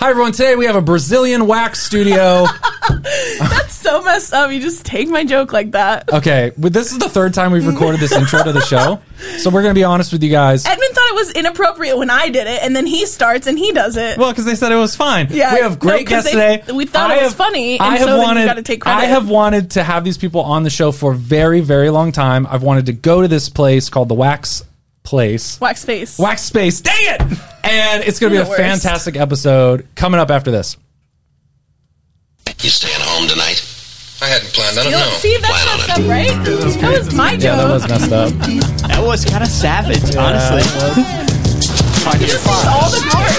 Hi, everyone. Today we have a Brazilian wax studio. That's so messed up. You just take my joke like that. Okay, but this is the third time we've recorded this intro to the show, so we're going to be honest with you guys. Edmund thought it was inappropriate when I did it, and then he starts and he does it. Well, because they said it was fine. Yeah, we have great no, 'cause guests they- today. we thought it was funny, and so then you gotta take credit. I have wanted to have these people on the show for a very, very long time. I've wanted to go to this place called the Wax Place, Wax face. Wax Space. Dang it! And it's going to be You're a the worst. fantastic episode coming up after this. You staying home tonight? I hadn't planned. I You know- See, that's messed up, right? That was my joke. Yeah, that was messed up. That was kind of savage, honestly. he just thinks all the glory.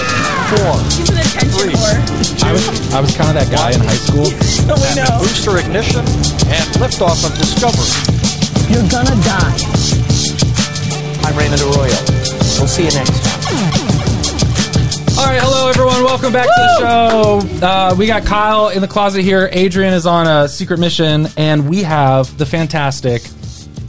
Four. He's an attention whore. I was, I was kind of that guy in high school. So we know. Booster ignition and liftoff of Discovery. You're gonna die. I'm Raymond Arroyo. We'll see you next time. All right, hello everyone. Welcome back to the show. Uh, we got Kyle in the closet here. Adrian is on a secret mission, and we have the fantastic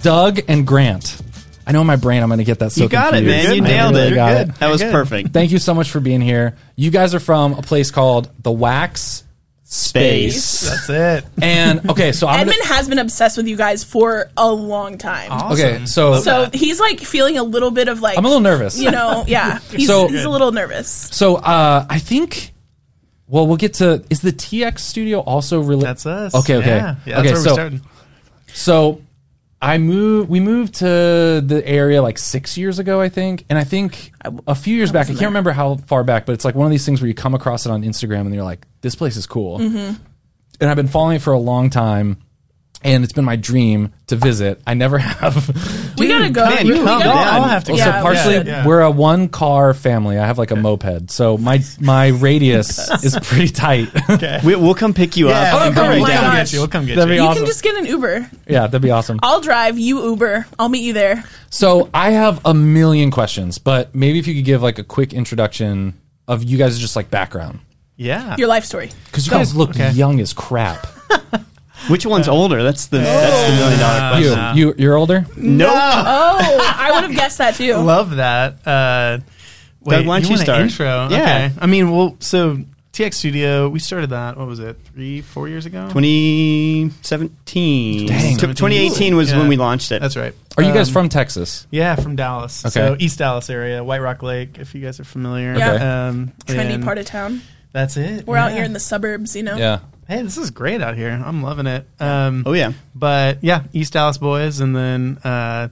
Doug and Grant. I know in my brain I'm going to get that. So You got it, confused. man. You I nailed really it. got That was perfect. Thank you so much for being here. You guys are from a place called the Wax Space, That's it. and okay, so I'm Edmund has been obsessed with you guys for a long time. gonna, okay. So So he's like feeling a little bit of like I'm a little nervous. You know, yeah. He's, So- he's a little nervous. So uh, I think. Well, we'll get to. Is the TX studio also related? That's us. Okay. Okay. Yeah, yeah okay. that's where so we're starting. so I moved. We moved to the area like six years ago, I think. And I think a few years back, I can't remember how far back, but it's like one of these things where you come across it on Instagram and you're like, "This place is cool." Mm-hmm. And I've been following it for a long time, and it's been my dream to visit. I never have. we gotta go. man, We come gotta on. go. I'll have to Well, Yeah, so we partially, should. yeah. we're a one car family. I have like a moped, so my my radius is pretty tight. We, we'll come pick you up. Yeah, and bring we'll come perfect. you Why down. not? get you. We'll come get That'd be you. You Awesome. can just get an Uber. yeah, that'd be awesome. I'll drive. You Uber. I'll meet you there. So I have a million questions, but maybe if you could give like a quick introduction of you guys' just like background, Yeah. Your life story. because you guys look okay. young as crap. Which one's older? That's the that's the million dollar question. you you you're older. Nope. Oh, I would have guessed that too. Love that. Uh, wait, why don't you want an start? Intro. Yeah. Okay. I mean, well, so TX Studio, we started that. What was it? Three, four years ago. 2017. Dang. T- 2018 was Yeah. when we launched it. That's right. Are you guys from Texas? Yeah, from Dallas. Okay. So East Dallas area, White Rock Lake, if you guys are familiar. Yeah. Okay. Um, Trendy and part of town. That's it. We're out Yeah. here in the suburbs, you know. Yeah. Hey, this is great out here. I'm loving it. Um, Oh yeah. but yeah, East Dallas boys, and then uh,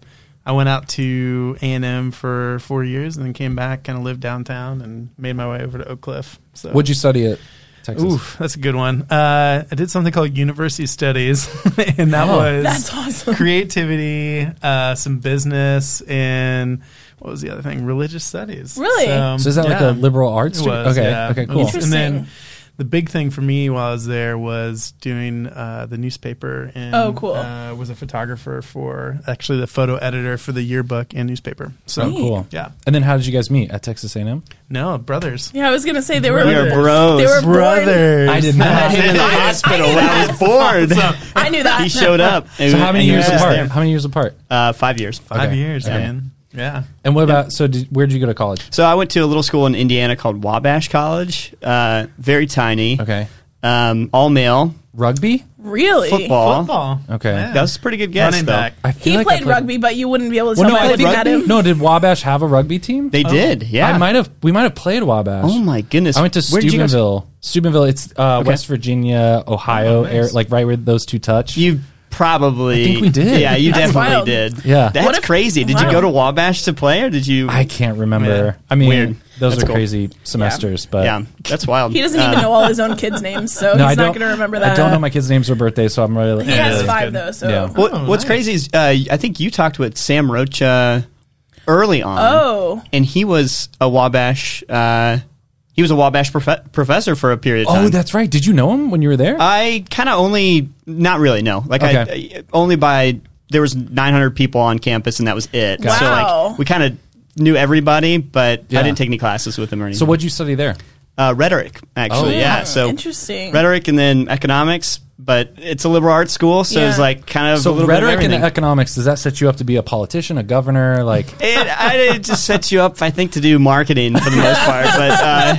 I went out to A and M for four years, and then came back, kind of lived downtown, and made my way over to Oak Cliff. So, What'd you study at Texas? Oof, that's a good one. Uh, I did something called University Studies, and that Oh. was That's awesome. creativity, uh, some business, and what was the other thing? Religious studies. um, Really? So is that like a yeah. liberal arts? It degree? was, okay. yeah. Okay. It Cool. was- And then Interesting. the big thing for me while I was there was doing uh, the newspaper. And, Oh, cool. Uh, was a photographer for actually the photo editor for the yearbook and newspaper. So Oh, cool. Yeah. And then how did you guys meet at Texas A&M? no brothers. Yeah, I was gonna say they were. We are bros. They were born- Brothers. I did I not. met him in the hospital when I was bored. I knew that. He showed up. So how many years apart? There. How many years apart? Uh, five years. Five Okay. years, Okay. man. Yeah. And what about so? Did, where did you go to college? So I went to a little school in Indiana called Wabash College. Uh, very tiny. Okay. Um, all male. Rugby. Really? Football. Football. Okay. That was a pretty good guess, Running though. back. I He feel like I played rugby, but you wouldn't be able to Well, tell no, by I looking played at him. no, did Wabash have a rugby team? They did. Yeah. Oh. I might have. We might have played Wabash. Oh my goodness. I went to Where did you guys- Steubenville. Steubenville. It's uh, West Virginia, Ohio, air, like right where those two touch. Oh, You probably. I think we did. Yeah, you That's definitely wild. did. Yeah. That's What if- crazy. Did wow. you go to Wabash to play, or did you? I can't remember. Man. I mean, Weird. those That's are cool. crazy semesters, but yeah, that's wild. He doesn't Uh, even know all his own kids' names, so no, I he's don't. not gonna remember that. I don't know my kids' names or birthdays, so I'm really. He has Yeah. five though, so. Yeah. What, Oh, what's nice. crazy is uh, I think you talked with Sam Rocha early on. Oh. and he was a Wabash. Uh, he was a Wabash prof- professor for a period of time. Oh, that's right. Did you know him when you were there? I kind of only not really no. Like Okay. I, I- only by there was 900 people on campus and that was it. Got So it. Wow. like we kind of knew everybody, but Yeah. I didn't take any classes with him or anything. so what'd you study there? Uh, rhetoric actually, Oh. yeah. So Interesting. rhetoric and then economics. but it's a liberal arts school, so it's Yeah. like kind of a So little rhetoric bit of and everything. economics does that set you up to be a politician, a governor? Like it, I, it just sets you up, I think, to do marketing for the most part. But uh,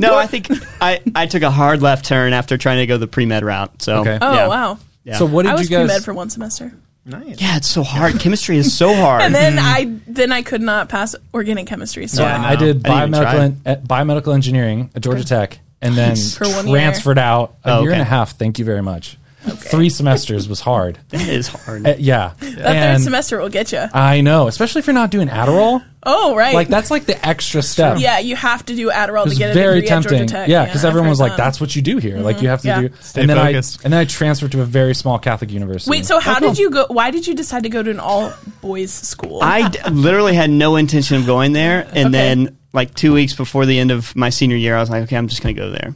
no, I think I, I took a hard left turn after trying to go the pre med route. So Okay. Oh yeah. wow. Yeah. so, what did I was you guys? pre-med for one semester, Nice. Yeah, it's so hard. Chemistry is so hard. and then I then I could not pass organic chemistry. So yeah, I did I didn't biomedical even try. en- eh, biomedical engineering at Georgia Tech, and then For one year. transferred out a Oh, year and a okay. half. Thank you very much. Three semesters was hard. it is hard. Eh, yeah, that And third semester will get you. I know, especially if you're not doing Adderall. Oh right. Like that's like the extra step. Yeah, you have to do Adderall Oh. It to was get a very degree at tempting. Georgia Tech. yeah, because I've everyone heard was like, that. Mm-hmm. "That's what you do here. Like you have to Yeah. do." Stay and then I focused. and then I transferred to a very small Catholic university. Wait, so how did you go? Why did you decide to go to an all boys school? I d- literally had no intention of going there, and Okay. then like two weeks before the end of my senior year, I was like, okay, I'm just gonna go there.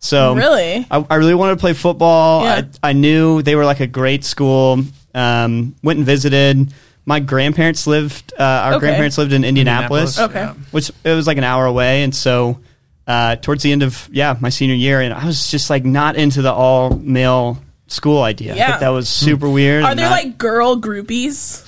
So Really? I, I really wanted to play football. Yeah. I, I knew they were like a great school. Um, went and visited. My grandparents lived. Uh, our Okay. grandparents lived in Indianapolis, Okay. yeah. which it was like an hour away, and so. Uh, towards the end of yeah my senior year and I was just like not into the all male school idea. I Yeah. thought that was super weird. Are and there not- like girl groupies?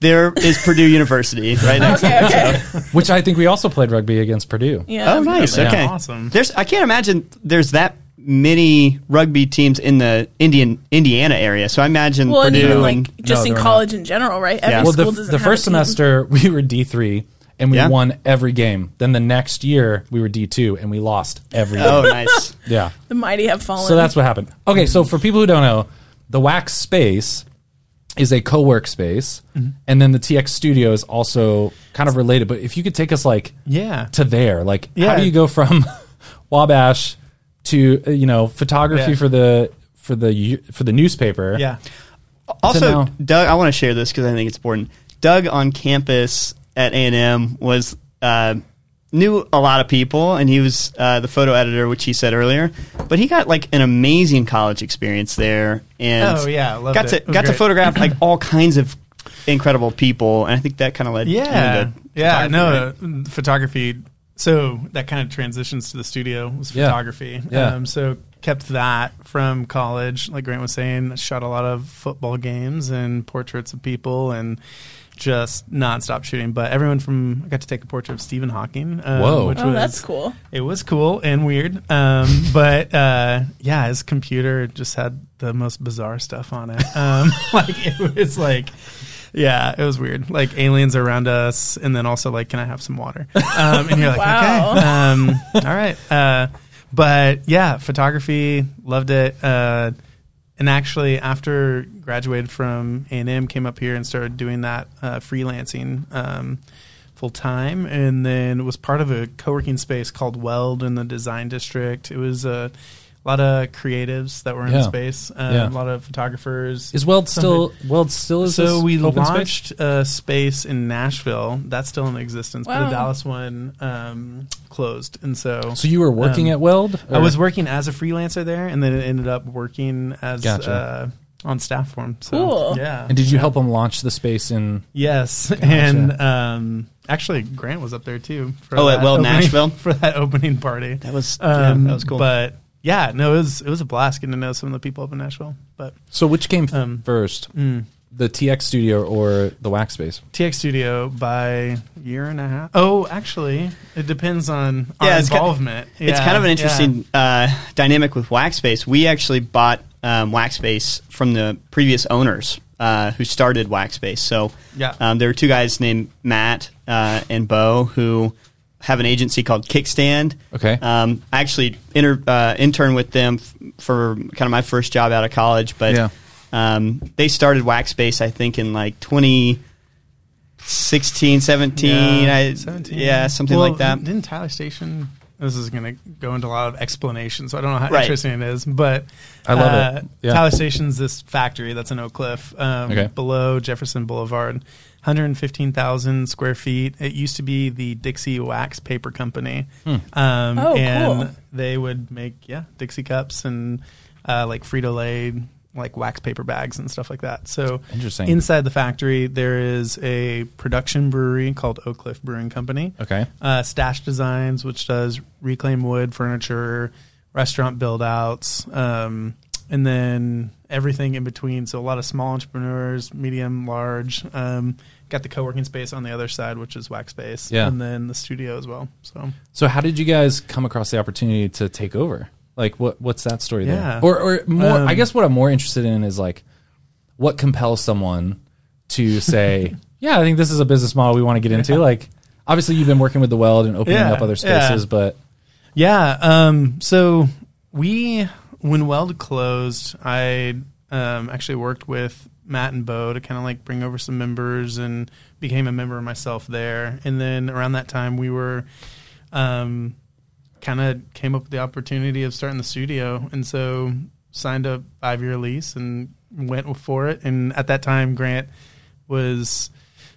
there is Purdue University right next Okay, okay. Which I think we also played rugby against Purdue. Yeah. Oh, nice. Yeah. Okay, Awesome. There's, I can't imagine there's that many rugby teams in the Indian Indiana area. So I imagine Well, and Purdue even like and No, just in they're college in general, right? Every Yeah. Well, school the, doesn't the have first a team. semester we were D three and we Yeah. won every game. Then the next year we were D two and we lost every. oh, game. nice. Yeah. The mighty have fallen. So that's what happened. Okay, so for people who don't know, the Wax Space is a co-work space, Mm-hmm. and then the TX Studio is also kind of related. But if you could take us like Yeah. to there, like how Yeah. do you go from Wabash to uh, you know photography Yeah. for the for the u- for the newspaper? Yeah. Also, now- Doug, I want to share this because I think it's important. Doug on campus at A and M was uh, knew a lot of people, and he was uh, the photo editor, which he said earlier. But he got like an amazing college experience there, and Oh, yeah, loved got it. to It was got to great. photograph like all kinds of incredible people, and I think that kind of led Yeah. him to Yeah. photography, right? No, uh, photography. So that kind of transitions to the studio was Yeah. photography. Yeah. Um, so kept that from college. Like Grant was saying, shot a lot of football games and portraits of people and just nonstop shooting. But everyone from, I got to take a portrait of Stephen Hawking. Um, Whoa. Which Oh, was, that's cool. It was cool and weird. Um, but uh, yeah, his computer just had the most bizarre stuff on it. Um, like it was like, yeah, it was weird. Like aliens around us, and then also like, can I have some water? Um, and you're like, Wow. okay, um, all right. Uh, but yeah, photography, loved it. Uh, and actually, after graduated from A and M, came up here and started doing that uh, freelancing um, full time, and then was part of a co-working space called Weld in the Design District. It was a lot of creatives that were in Yeah. the space, um, Yeah. a lot of photographers. Is Weld Somebody- still Weld still is so this we open space? launched a space in Nashville that's still in existence, but Wow. the Dallas one um, closed, and so So you were working um, at Weld? I Or- was working as a freelancer there, and then it ended up working as Gotcha. uh, on staff form. So, Cool. Yeah. And did you help them launch the space in? yes, and um, actually Grant was up there too. For Oh, at that Weld opening- Nashville? for that opening party. That was Um, yeah, that was cool. But yeah, no, it was it was a blast getting to know some of the people up in Nashville. But So which came f- Um, first, the TX Studio or the Wax Space? TX Studio by year and a half. Oh, actually, it depends on our Yeah, it's ki- involvement. it's Yeah, kind of an yeah. interesting uh, dynamic with Waxspace. We actually bought um, Waxspace from the previous owners uh, who started Waxspace. So Yeah. um, there were two guys named Matt uh, and Bo who have an agency called Kickstand. Okay. Um, I actually inter- uh, interned with them f- for kind of my first job out of college, but Yeah. um, they started Waxspace, I think, in like 2016, 17. Yeah, I, 17. yeah something Well, like that. Didn't Tyler Station? This is going to go into a lot of explanation, so I don't know how Right. interesting it is, but uh, I love it. Yeah. Tyler Station's this factory that's in Oak Cliff, um, Okay. below Jefferson Boulevard, 115,000 square feet. It used to be the Dixie Wax Paper Company, Hmm. um, Oh, and cool. they would make yeah Dixie cups and uh, like Frito Lay like wax paper bags and stuff like that. So Interesting. Inside the factory, there is a production brewery called Oak Cliff Brewing Company. Okay. Uh, Stash Designs, which does reclaimed wood furniture, restaurant build outs, um, and then everything in between. So a lot of small entrepreneurs, medium, large. Um, got the co-working space on the other side, which is Wax Space, Yeah. and then the studio as well. So So how did you guys come across the opportunity to take over? Like what what's that story there? Yeah. Or or more Um, I guess what I'm more interested in is like what compels someone to say, Yeah, I think this is a business model we want to get into. Like obviously you've been working with the weld and opening Yeah, up other yeah. spaces, but Yeah. Um, so we, when Weld closed, I um, actually worked with Matt and Bo to kind of like bring over some members and became a member myself there. And then around that time, we were um, kind of came up with the opportunity of starting the studio. And so signed a five year lease and went for it. And at that time, Grant was.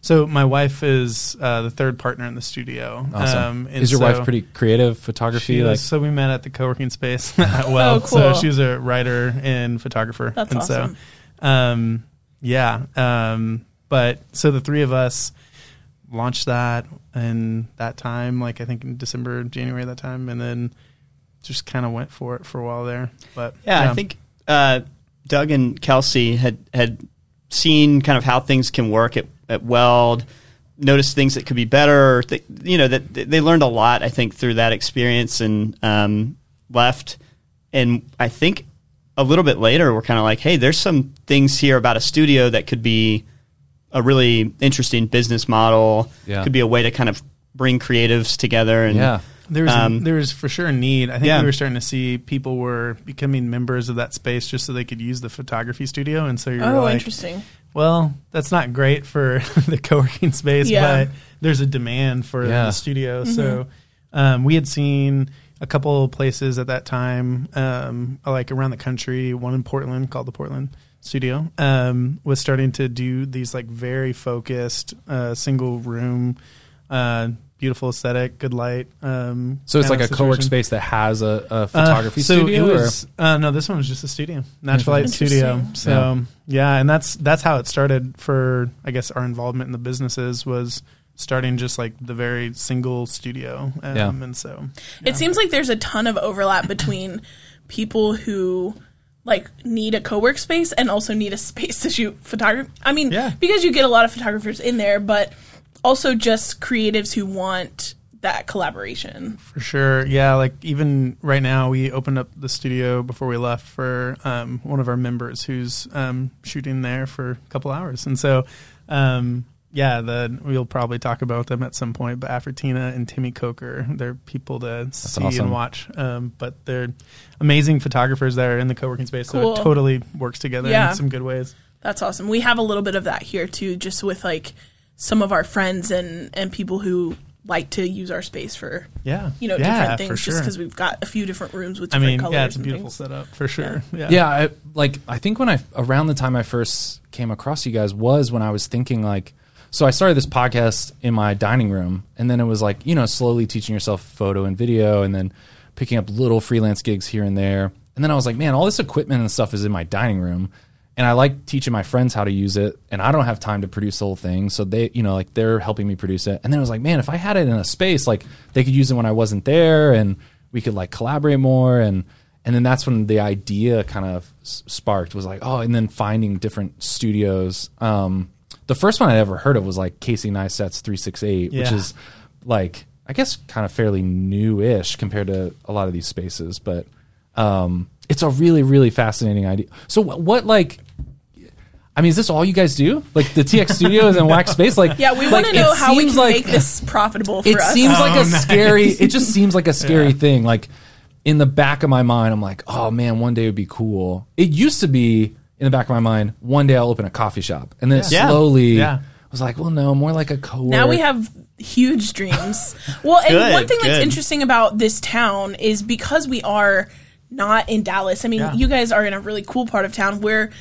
So my wife is uh, the third partner in the studio. Um, awesome. and is your so- wife pretty creative photography? she like was- so we met at the co-working space at well Oh, cool. so she was a writer and photographer That's and awesome. so um yeah um but so the three of us launched that and that time like i think in december january that time and then just kind of went for it for a while there but Yeah, I think uh, Doug and Kelsey had had seen kind of how things can work at, at Weld, noticed things that could be better. or Th- you know that th- they learned a lot. I think through that experience and um, left. And I think a little bit later, we're kind of like, hey, there's some things here about a studio that could be a really interesting business model. Yeah. Could be a way to kind of bring creatives together and Yeah. There was Um, there was for sure a need. I think Yeah. we were starting to see people were becoming members of that space just so they could use the photography studio, and so you're Oh, like, interesting. well, that's not great for the co-working space, Yeah. but there's a demand for Yeah. the studio. So um, we had seen a couple places at that time, um, like around the country. One in Portland called the Portland Studio um, was starting to do these like very focused uh, single room, uh, beautiful aesthetic, good light. Um, so it's kind like a of co-work situation. space that has a, a Uh, photography so studio. It or- was, uh, no, this one was just a studio, Natural Light Interesting. Studio. So yeah. and that's that's how it started for I guess our involvement in the businesses was starting just like the very single studio. Um, Yeah. and so It seems like there's a ton of overlap between people who like need a co-work space and also need a space to shoot photography. I mean, Yeah. because you get a lot of photographers in there, but also just creatives who want that collaboration. for sure, yeah, like even right now we opened up the studio before we left for um, one of our members who's um, shooting there for a couple hours, and so. Um, yeah, the, we'll probably talk about them at some point. But Afratina and Timmy Coker, they're people to see awesome. and watch. watch. Um, but they're amazing photographers that are in the co-working space, Cool. so it totally works together Yeah. in some good ways. That's awesome. We have a little bit of that here too, just with like some of our friends and and people who like to use our space for Yeah, you know yeah, different for things, sure. just because we've got a few different rooms with I different mean, colors. yeah, it's a and beautiful things. setup for sure. Yeah, yeah I, like i think when i around the time i first came across you guys was when i was thinking like so i started this podcast in my dining room and then it was like you know slowly teaching yourself photo and video and then picking up little freelance gigs here and there and then i was like man all this equipment and stuff is in my dining room and i like teaching my friends how to use it and i don't have time to produce the whole thing so they you know like they're helping me produce it and then i was like man if i had it in a space like they could use it when i wasn't there and we could like collaborate more and and then that's when the idea kind of s- sparked was like oh and then finding different studios um the first one i ever heard of was like casey neistat's 368 which Yeah. is like i guess kind of fairly new-ish compared to a lot of these spaces but um it's a really really fascinating idea so wh- what like I mean, is this all you guys do? Like the TX Studios and Wax Space? Like, Yeah, we like, want to it know how we seems can make this profitable for it us. seems like a Oh, nice. scary it just seems like a scary thing like in the back of my mind i'm like oh man one day would be cool it used to be in the back of my mind one day i'll open a coffee shop and then it Yeah. slowly Yeah. was like well no more like a co Now we have huge dreams. well, and Good, one thing that's good. interesting about this town is because we are not in Dallas. I mean, Yeah. you guys are in a really cool part of town where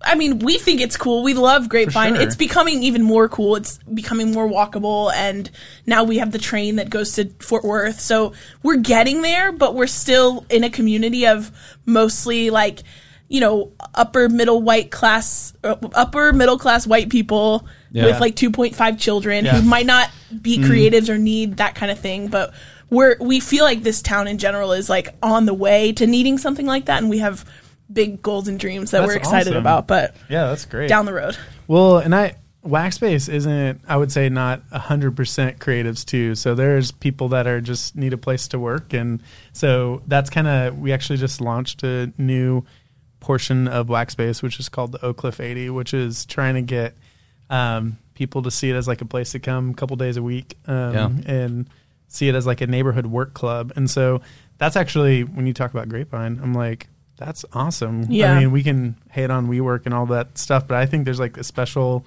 I mean, we think it's cool. We love Grapevine. sure. It's becoming even more cool. It's becoming more walkable and now we have the train that goes to Fort Worth. So, we're getting there, but we're still in a community of mostly like you know, upper middle white class, uh, upper middle class white people with Yeah. like 2.5 children Yeah. Mm. who might not be creatives or need that kind of thing but we're we feel like this town in general is like on the way to needing something like that and we have big goals and dreams that That's we're excited awesome. about, but Yeah, that's great. down the road. Well, and I Waxbase isn't I would say not 100% creatives too. So there's people that are just need a place to work and so that's kind of we actually just launched a new portion of Waxbase which is called the Oak Cliff 80, which is trying to get um, people to see it as like a place to come a couple days a week um, and see it as like a neighborhood work club. And so that's actually when you talk about Grapevine, I'm like that's awesome. Yeah. I mean, we can hate on WeWork and all that stuff, but I think there's like a special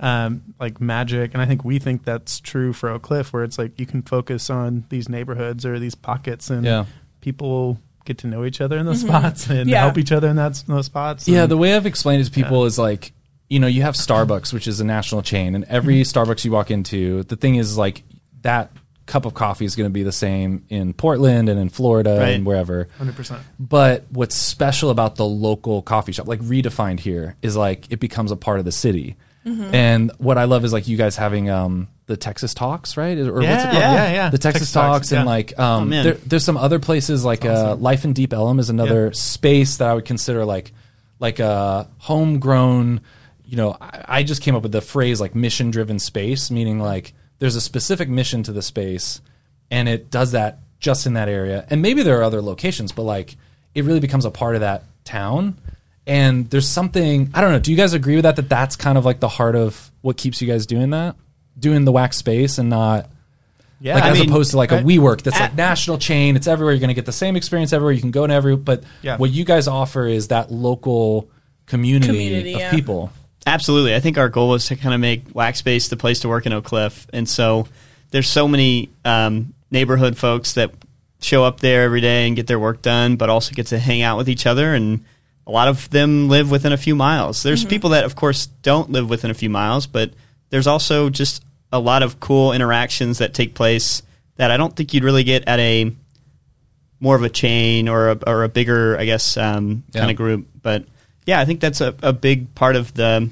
um, like magic, and I think we think that's true for Oak Cliff, where it's like you can focus on these neighborhoods or these pockets, and Yeah. people get to know each other in those spots and Yeah. help each other in that, those spots. Yeah, and- the way I've explained it to people is like, you know, you have Starbucks, which is a national chain, and every Mm-hmm. Starbucks you walk into, the thing is like that cup of coffee is going to be the same in Portland and in Florida Right. and wherever. 100%. But what's special about the local coffee shop, like redefined here, is like it becomes a part of the city. Mm-hmm. And what I love is like you guys having um, the Texas Talks, right? Or Yeah, yeah, yeah. The Texas, Texas Talks, Talks, and yeah. like um, man. there, there's some other places like uh, Life in Deep Elm is another Yeah. space that I would consider like like a homegrown. You know, I, I just came up with the phrase like mission driven space, meaning like there's a specific mission to the space, and it does that just in that area. And maybe there are other locations, but like it really becomes a part of that town. And there's something I don't know. Do you guys agree with that? That that's kind of like the heart of what keeps you guys doing that, doing the wax space, and not Yeah. like I as mean, opposed to like a I- WeWork that's like national chain. It's everywhere. You're going to get the same experience everywhere. You can go to every. But Yeah. what you guys offer is that local community, Community, of yeah. people. Absolutely. I think our goal was to kind of make Wax Space the place to work in Oak Cliff. And so there's so many um, neighborhood folks that show up there every day and get their work done, but also get to hang out with each other. And a lot of them live within a few miles. There's people that, of course, don't live within a few miles, but there's also just a lot of cool interactions that take place that I don't think you'd really get at a more of a chain or a, or a bigger, I guess, um, Yeah. kind of group. But yeah, I think that's a, a big part of the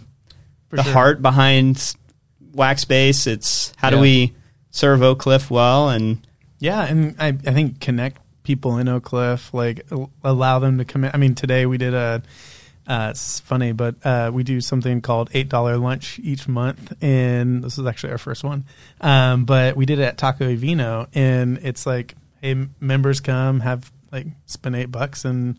the sure. heart behind Wax Base. It's how Yeah. do we serve Oak Cliff well and Yeah, and I, I think connect people in Oak Cliff, like al- allow them to come in. I mean, today we did a, uh, it's funny, but uh, we do something called $8 lunch each month. And this is actually our first one. Um, but we did it at Taco y Vino. And it's like, hey, m- members come, have like, spend eight bucks and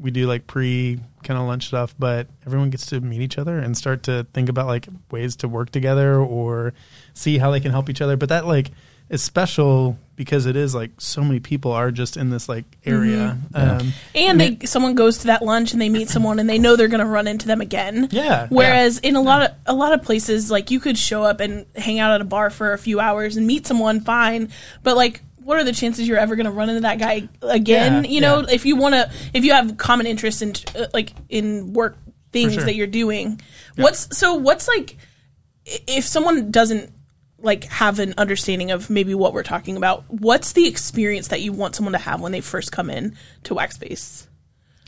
we do like pre kind of lunch stuff, but everyone gets to meet each other and start to think about like ways to work together or see how they can help each other. But that like is special because it is like so many people are just in this like area. Um, And they someone goes to that lunch and they meet someone and they know they're going to run into them again. Yeah, Whereas in a lot of a lot of places like you could show up and hang out at a bar for a few hours and meet someone fine, but like what are the chances you're ever going to run into that guy again? Yeah, you know, yeah. if you want to if you have common interests in uh, like in work things sure. that you're doing. What's so what's like i- if someone doesn't like have an understanding of maybe what we're talking about what's the experience that you want someone to have when they first come in to wax space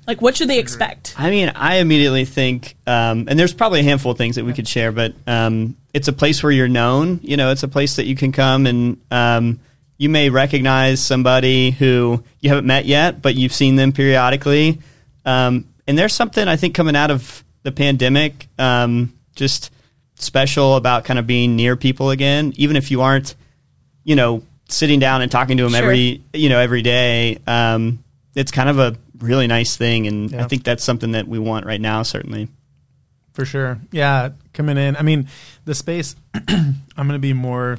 like what should they expect I mean, I immediately think, um, and there's probably a handful of things that we could share, but um, it's a place where you're known. You know, it's a place that you can come and um, you may recognize somebody who you haven't met yet, but you've seen them periodically. Um, and there's something I think coming out of the pandemic, um, just special about kind of being near people again, even if you aren't, you know, sitting down and talking to them Sure. every, you know, every day. Um, it's kind of a really nice thing, and I Yeah. think that's something that we want right now, certainly. For sure. Yeah, coming in. I mean, the space I'm going to be more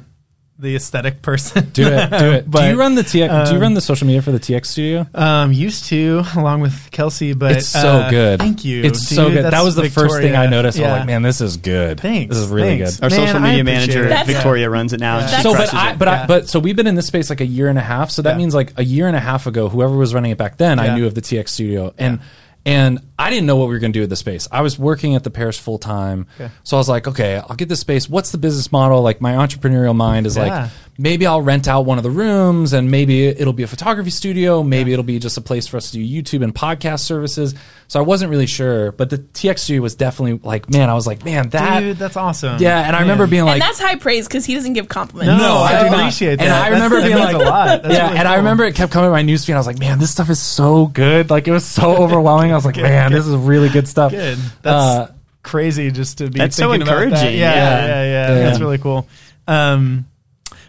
the aesthetic person. Do it, do it. do But, you run the TX? do you um, run the social media for the TX studio? Um, used to along with Kelsey, but it's so uh, good. Thank you. It's dude. so good. That That's was the first thing I Victoria. noticed. I Yeah. was like, man, this is good. Thanks. This is really Thanks. good. Our Man, social I media appreciate manager, it. That's- Victoria, runs it now. and That's- she so, but crushes I, it. but I, Yeah. but so we've been in this space like a year and a half. So that Yeah. means like a year and a half ago, whoever was running it back then, I Yeah. knew of the TX studio, and and I didn't know what we were going to do with the space. I was working at the parish full time, so I was like, okay, I'll get this space. What's the business model? Like my entrepreneurial mind is Yeah. like, maybe I'll rent out one of the rooms, and maybe it'll be a photography studio. Maybe it'll be just a place for us to do YouTube and podcast services. So I wasn't really sure, but the TX studio was definitely like, man, I was like, man, that. Dude, that's awesome. yeah, and I remember Man. being like, and that's high praise because he doesn't give compliments No, I do appreciate that. and I That's- remember that being means like, a lot. That's yeah. really and I cool. remember it kept coming to my newsfeed. I was like, man, this stuff is so good. Like it was so overwhelming. I was like, man, man, this is really good stuff. Good. That's Uh, crazy just to be That's so thinking about that. encouraging. Yeah, Yeah. yeah, yeah, Yeah. That's really cool. Um,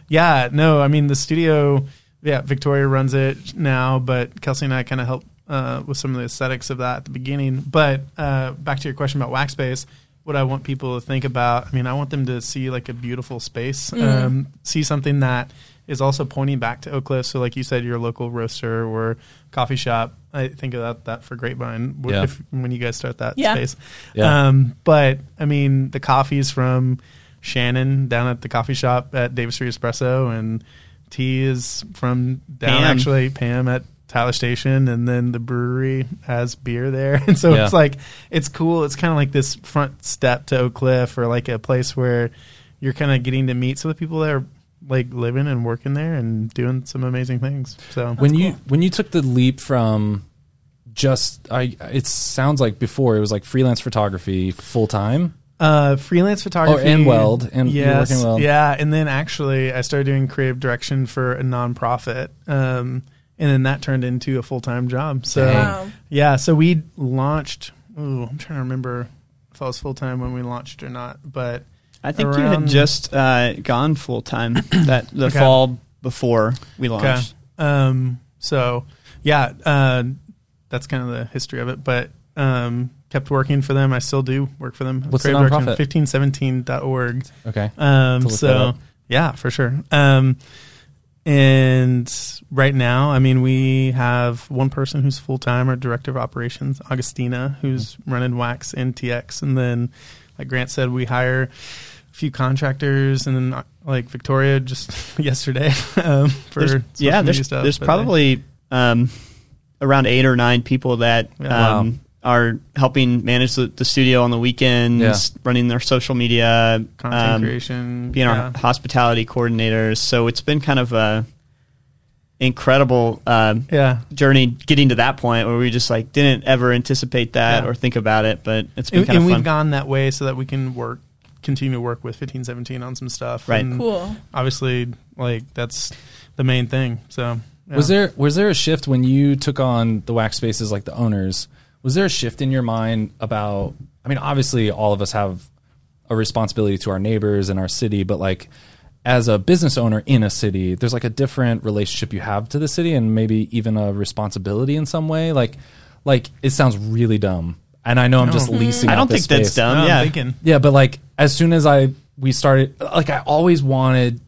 yeah, no, I mean the studio. Yeah, Victoria runs it now, but Kelsey and I kind of help uh, with some of the aesthetics of that at the beginning. But uh, back to your question about wax space, what I want people to think about. I mean, I want them to see like a beautiful space, um, see something that is also pointing back to Oak Cliff. So, like you said, your local roaster or coffee shop. I think about that for Grapevine Yeah. if, when you guys start that Yeah. space. Yeah. Um, but I mean, the coffee's from Shannon down at the coffee shop at Davis Street Espresso, and tea is from Pam. down actually Pam at Tyler Station, and then the brewery has beer there, and so Yeah. it's like it's cool. It's kind of like this front step to Oak Cliff, or like a place where you're kind of getting to meet some of the people that are like living and working there and doing some amazing things. So when you when you took the leap from just I it sounds like before it was like freelance photography full time. Uh, freelance photography Oh, and weld, and you're yes, working weld. yeah. And then actually, I started doing creative direction for a nonprofit, um, and then that turned into a full time job. So Dang. Wow. yeah, so we launched. Ooh, I'm trying to remember if I was full time when we launched or not, but I think you had Around- just uh, gone full time that the Okay. fall before we launched. Um, so yeah, uh, that's kind of the history of it, but um, kept working for them. I still do work for them. What's the Creative Direction, nonprofit? 1517.org. Okay. Um, To look that so up. yeah, for sure. Um, and right now, I mean, we have one person who's full time, our director of operations, Augustina, who's Mm-hmm. running Wax and TX, and then, like Grant said, we hire a few contractors, and then uh, like Victoria just yesterday um, for There's- social yeah, media there's, stuff, there's but, uh, probably um, around eight or nine people that Yeah. um, are helping manage the, the studio on the weekends, Yeah. running their social media, content um, creation, being yeah. our hospitality coordinators. So it's been kind of a incredible um, yeah. journey getting to that point where we just like didn't ever anticipate that Yeah. or think about it, but it's been and, kind and of we've fun. gone that way so that we can work continue to work with 1517 on some stuff Right. and Cool. obviously like that's the main thing so yeah. Was there was there a shift when you took on the wax spaces like the owners? Was there a shift in your mind about I mean obviously all of us have a responsibility to our neighbors and our city, but like as a business owner in a city, there's like a different relationship you have to the city and maybe even a responsibility in some way. Like like it sounds really dumb. And I know I'm just leasing I out don't this think that's space. No, dumb. I'm yeah. thinking Yeah, but like as soon as I we started, like I always wanted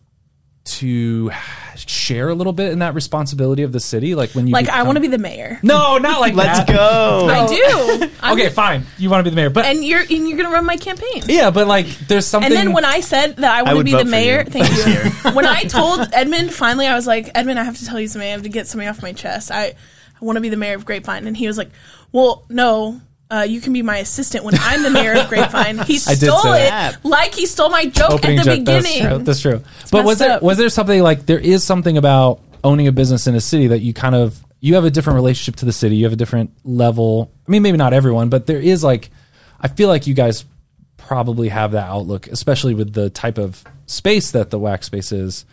to share a little bit in that responsibility of the city. Like when you Like I become- want to be the mayor. No, not like Let's that. go. I do. I'm- Okay, fine. You want to be the mayor, but And you're and you're gonna run my campaign. yeah, but like there's something. And then when I said that I want to would be vote the for mayor, you thank you. when I told Edmund, finally, I was like, Edmund, I have to tell you something. I have to get something off my chest. I, I want to be the mayor of Grapevine. And he was like, Well, no. Uh, you can be my assistant when I'm the mayor of Grapevine. He I did say stole it that. like he stole my joke opening at the joke, that's beginning. true. That's true. But was messed there up. was there something like there is something about owning a business in a city that you kind of you have a different relationship to the city. You have a different level. I mean, maybe not everyone, but there is like I feel like you guys probably have that outlook, especially with the type of space that the wax space is,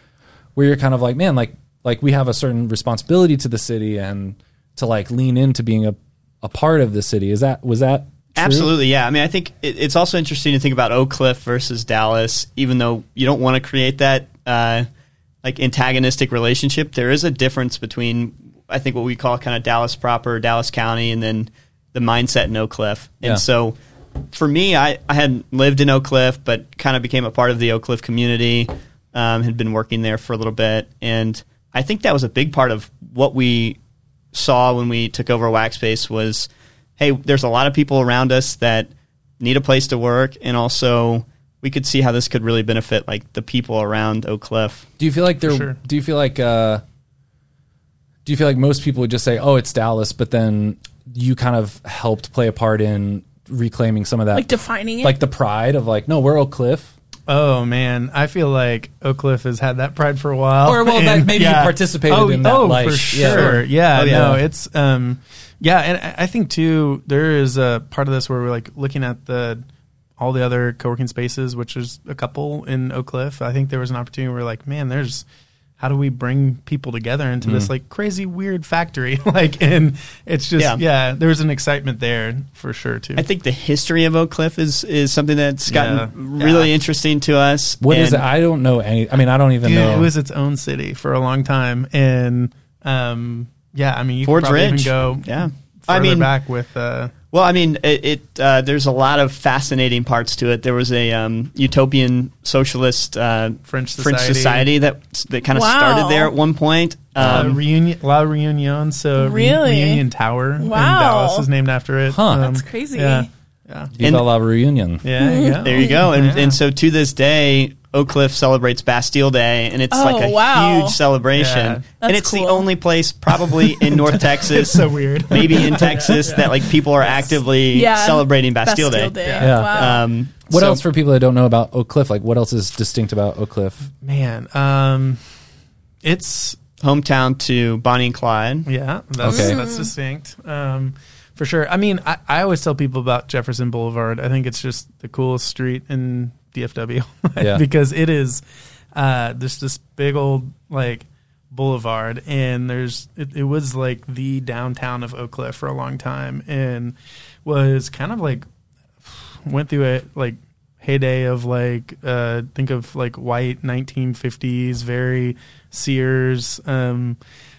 where you're kind of like, man, like like we have a certain responsibility to the city and to like lean into being a a part of the city. Is that was that true? Absolutely, yeah. I mean, I think it, it's also interesting to think about Oak Cliff versus Dallas. Even though you don't want to create that uh, like antagonistic relationship, there is a difference between I think what we call kind of Dallas proper, Dallas County, and then the mindset in Oak Cliff. Yeah. And so, for me, I, I had lived in Oak Cliff, but kind of became a part of the Oak Cliff community. Um, had been working there for a little bit, and I think that was a big part of what we saw when we took over Waxpace was, hey, there's a lot of people around us that need a place to work, and also we could see how this could really benefit like the people around Oak Cliff. Do you feel like there? sure. Do you feel like? Uh, do you feel like most people would just say, "Oh, it's Dallas," but then you kind of helped play a part in reclaiming some of that, Like defining it. like the pride of like, "No, we're Oak Cliff." oh man i feel like oak cliff has had that pride for a while Or, well, that- maybe you participated oh, in that oh, life. for Yeah. sure yeah, Oh, yeah. no it's um yeah and I- i think too there is a part of this where we're like looking at the all the other co-working spaces which is a couple in oak cliff i think there was an opportunity where like man there's how do we bring people together into Mm-hmm. this like crazy weird factory? like, and it's just Yeah. yeah. there was an excitement there for sure too. I think the history of Oak Cliff is is something that's gotten Yeah. really Yeah. interesting to us. What is and it? I don't know any. I mean, I don't even Dude, know. it was its own city for a long time, and um, yeah, I mean, you Ford's could probably Ridge. even go Yeah. I further mean- back with uh, Well, I mean, it, it uh, there's a lot of fascinating parts to it. There was a um, utopian socialist uh, French French society. society that that kind of Wow. started there at one point. uh, Um, Reunion La Reunion, so Re- Really? Reunion Tower in Wow. Dallas is named after it. Um, Huh. That's crazy. Yeah, Viva and- la reunion. yeah, yeah. there you Oh, go. And, Yeah. and so to this day, Oak Cliff celebrates Bastille Day, and it's Oh, like a wow. huge celebration. Yeah. And That's it's the cool. only place, probably in North Texas, It's so weird. maybe in Texas, that like people are actively Yeah. celebrating Bastille, Bastille Day. Day. Yeah. Yeah. Wow. Um, What so- else for people that don't know about Oak Cliff? Like, what else is distinct about Oak Cliff? man. Um, it's hometown to Bonnie and Clyde. Yeah, that's Okay. that's distinct um, for sure. I mean, I, I always tell people about Jefferson Boulevard. I think it's just the coolest street in DFW Yeah. because it is uh, there's this big old like boulevard, and there's it, it was like the downtown of Oak Cliff for a long time, and was kind of like went through it like heyday of like uh think of like white 1950s very sears um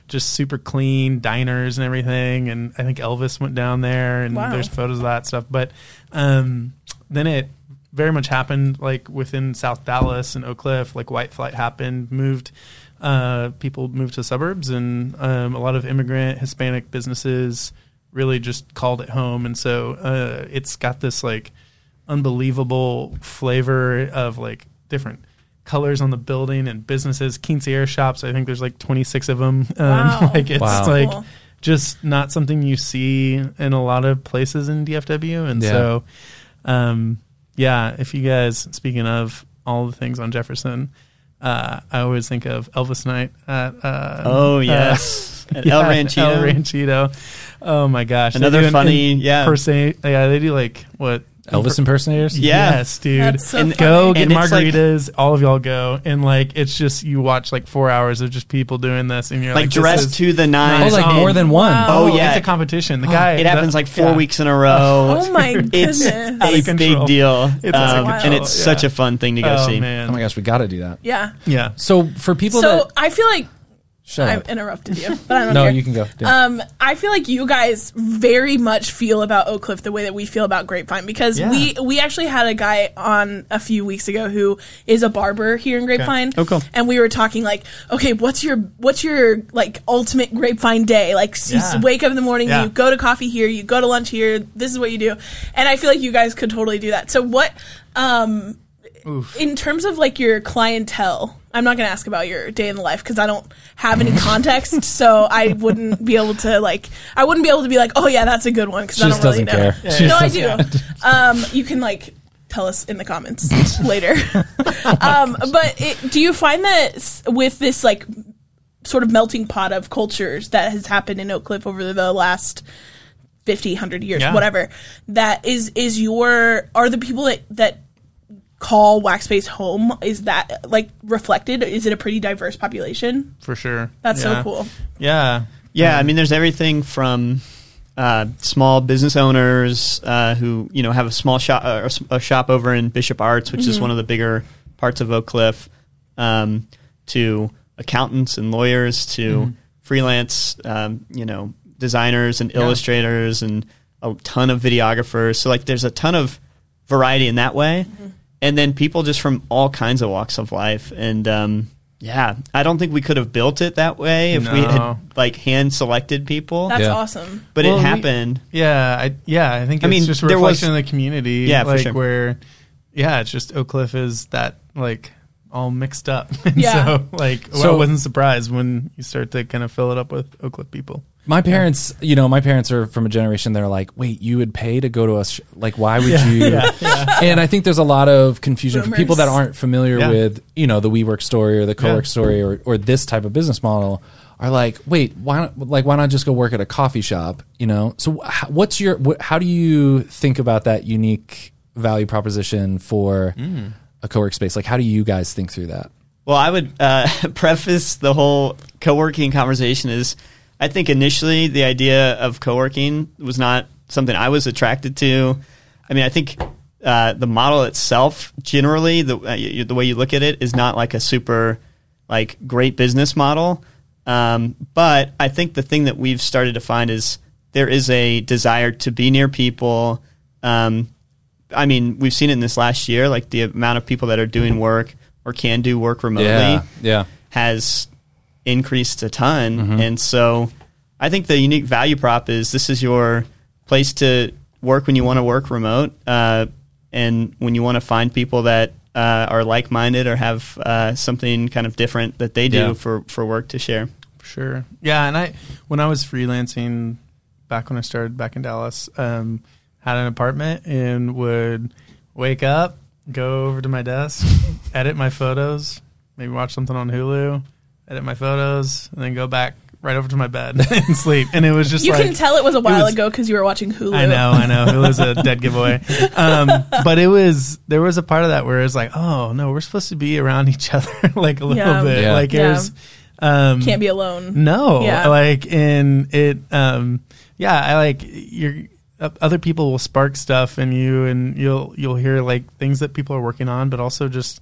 just super clean diners and everything and i think elvis went down there and Wow. there's photos of that stuff but um then it very much happened like within south dallas and oak cliff like white flight happened moved uh people moved to suburbs and um a lot of immigrant hispanic businesses really just called it home and so uh, it's got this like unbelievable flavor of like different colors on the building and businesses quinceañera shops i think there's like 26 of them um, Wow. like it's Wow. like Cool. just not something you see in a lot of places in dfw and Yeah. so um, yeah if you guys speaking of all the things on jefferson uh, I always think of Elvis Night at uh, Oh uh, yes, at yeah, El Ranchito. El Ranchito. Oh my gosh. They Another do an funny- yeah. imperson- yeah, they do like what? Elvis impersonators? Yeah. Yes, dude. That's so and funny. go get And it's like- margaritas. all of y'all go, and like it's just you watch like four hours of just people doing this, and you're like, like, this dressed is- to the Oh, nines. like Um, more than one. wow. Oh, Oh, yeah, it's a competition. The guy. it happens the- like four yeah. weeks in a row. oh my goodness. it's a big control. deal, It's out of Um, and control, it's such yeah. a fun thing to go Oh see. man. Oh my gosh, we got to do that. yeah. Yeah. So for people So that I feel like shut I've up. interrupted you, but I don't No, care. you can go. Dan. Um, I feel like you guys very much feel about Oak Cliff the way that we feel about Grapevine because Yeah. we we actually had a guy on a few weeks ago who is a barber here in Grapevine. Oh, cool. And we were talking like, okay, what's your what's your like ultimate Grapevine day? Like, s- you s- Yeah. wake up in the morning, Yeah. you go to coffee here, you go to lunch here. This is what you do. And I feel like you guys could totally do that. So what? Um, in terms of like your clientele i'm not going to ask about your day in the life because i don't have any context so i wouldn't be able to like i wouldn't be able to be like oh yeah that's a good one because i just don't really doesn't know care. Yeah, She no i do um, you can like tell us in the comments later um, but it, do you find that s- with this like sort of melting pot of cultures that has happened in oak cliff over the last 50 100 years Yeah. whatever that is is your are the people that that call wax space home is that like reflected is it a pretty diverse population For sure. that's Yeah. so cool Yeah. Yeah, I mean, there's everything from uh, small business owners uh, who you know have a small shop uh, or s- a shop over in Bishop Arts, which is one of the bigger parts of Oak Cliff, um, to accountants and lawyers, to freelance, um, you know, designers and illustrators, and a ton of videographers. So like, there's a ton of variety in that way, and then people just from all kinds of walks of life, and um, yeah, I don't think we could have built it that way if we had No. like hand selected people. that's Yeah. awesome but Well, it we- happened. Yeah, I, yeah, I think I it's mean, just a there was- reflection of the community. Yeah, for like sure. where, yeah, it's just Oak Cliff is that like all mixed up. And Yeah. So like, well, So- I wasn't surprised when you start to kind of fill it up with Oak Cliff people. My parents, you know, my parents are from a generation that are like, wait, you would pay to go to a sh- like, why would you? And I think there's a lot of confusion for people Boomers. that aren't familiar Yeah. with, you know, the WeWork story or the CoWork Yeah. story or, or this type of business model are like, wait, why not? Like, why not just go work at a coffee shop? You know, so wh- what's your? Wh- how do you think about that unique value proposition for a co-work space? Like, how do you guys think through that? Well, I would uh, preface the whole co-working conversation is I think initially the idea of co-working was not something I was attracted to. I mean, I think uh, the model itself, generally, the uh, you, the way you look at it, is not like a super like great business model. Um, but I think the thing that we've started to find is there is a desire to be near people. Um, I mean, we've seen it in this last year, like the amount of people that are doing work or can do work remotely Yeah, yeah. has increased a ton. And so I think the unique value prop is this is your place to work when you want to work remote uh, and when you want to find people that uh, are like minded or have uh, something kind of different that they do Yeah. for, for work to share. Sure. Yeah, and I when I was freelancing back when I started back in Dallas, um, had an apartment and would wake up, go over to my desk, edit my photos, maybe watch something on Hulu, edit my photos, and then go back right over to my bed and sleep. And it was just You like can tell it was a while ago was- 'cause ago because you were watching Hulu. I know, I know. It was a dead giveaway. Um, but it was there was a part of that where it was like, oh no, we're supposed to be around each other like a little Yeah. bit. Yeah. Like Yeah. it was um, Can't be alone. no, Oh, Yeah. like in it, um, yeah, I like your uh, other people will spark stuff in you, and you'll you'll hear like things that people are working on, but also just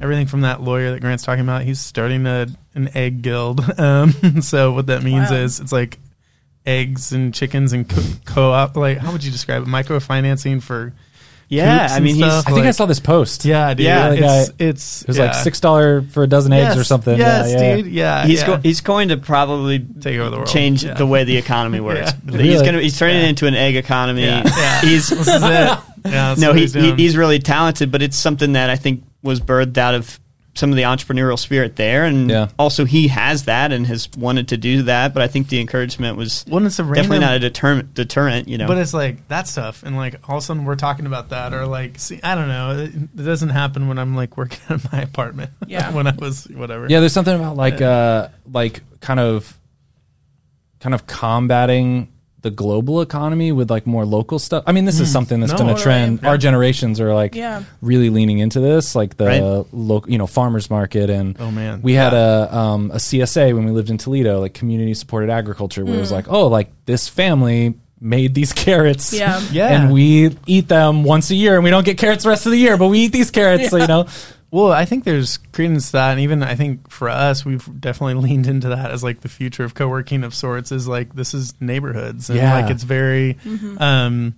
everything from that lawyer that Grant's talking about. He's starting a an egg guild. Um, so what that means Wow. is it's like eggs and chickens and co- co-op. Like how would you describe it? Microfinancing for Yeah, Coops I and mean, he's, stuff. I think I Like- saw this post. yeah, dude. Yeah, Yeah, the it's guy- it's It was like yeah. six dollar for a dozen eggs or Yes, something. Yes, yeah, yeah. dude. Yeah, he's, yeah. go- he's going to probably Take over the world. change Yeah. the way the economy works. He's Really? going to he's turning it into an egg economy. Yeah. Yeah. He's this is it. Yeah, that's no, what he, he, doing. he's really talented, but it's something that I think was birthed out of some of the entrepreneurial spirit there, and Yeah. also he has that and has wanted to do that. But I think the encouragement was Well, and it's a definitely random- not a deter- deterrent, you know. But it's like that stuff, and like all of a sudden we're talking about that, or like, see, I don't know, it, it doesn't happen when I'm like working at my apartment. Yeah. when I was whatever. Yeah, there's something about like uh like kind of kind of combating the global economy with like more local stuff. I mean, this is something that's Mm. No, been a totally. trend. Yeah. Our generations are like Yeah. really leaning into this, like the Right. local, you know, farmers market and Oh, man. we had a um, a CSA when we lived in Toledo, like community supported agriculture, where it was Mm. like, oh, like this family made these carrots, Yeah. Yeah. and we eat them once a year, and we don't get carrots the rest of the year, but we eat these carrots, so, you know, Well, I think there's credence to that, and even I think for us, we've definitely leaned into that as like the future of co-working of sorts. Is like this is neighborhoods, and Yeah. like it's very. Um,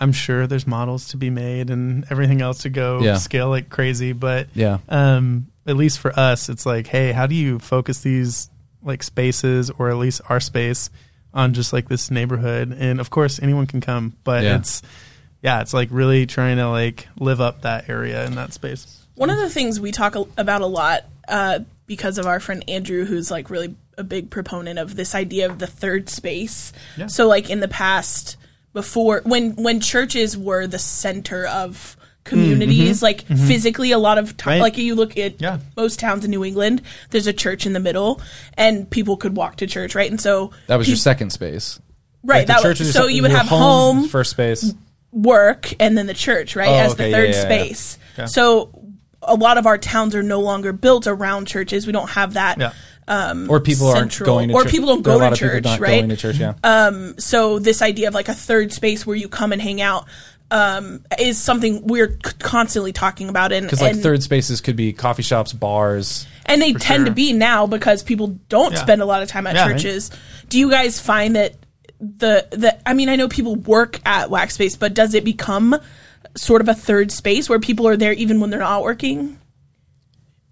I'm sure there's models to be made and everything else to go Yeah. scale like crazy, but Yeah. um, at least for us, it's like, hey, how do you focus these like spaces, or at least our space, on just like this neighborhood? And of course, anyone can come, but Yeah. it's yeah, it's like really trying to like live up that area in that space. One of the things we talk a- about a lot uh, because of our friend Andrew, who's like really a big proponent of this idea of the third space. So, like in the past, before when when churches were the center of communities, Mm-hmm. like physically, a lot of to- Right. like you look at Yeah. most towns in New England, there's a church in the middle, and people could walk to church, right? And so that was your peop- second space. right. Like the that church was, is so your- you would your have home, first space. work and then the church, right, Oh, as okay, the yeah, third yeah, yeah. space. So a lot of our towns are no longer built around churches. We don't have that. Yeah. or people aren't central- going to or church. people don't There are go a lot to of people not church, right? Uh, going to church, yeah. So this idea of like a third space where you come and hang out um, is something we're c- constantly talking about. And Because like and, third spaces could be coffee shops, bars. and they tend sure. to be now because people don't Yeah. spend a lot of time at Yeah, right. churches. Do you guys find that the the I mean I know people work at Wax Space, but does it become sort of a third space where people are there even when they're not working?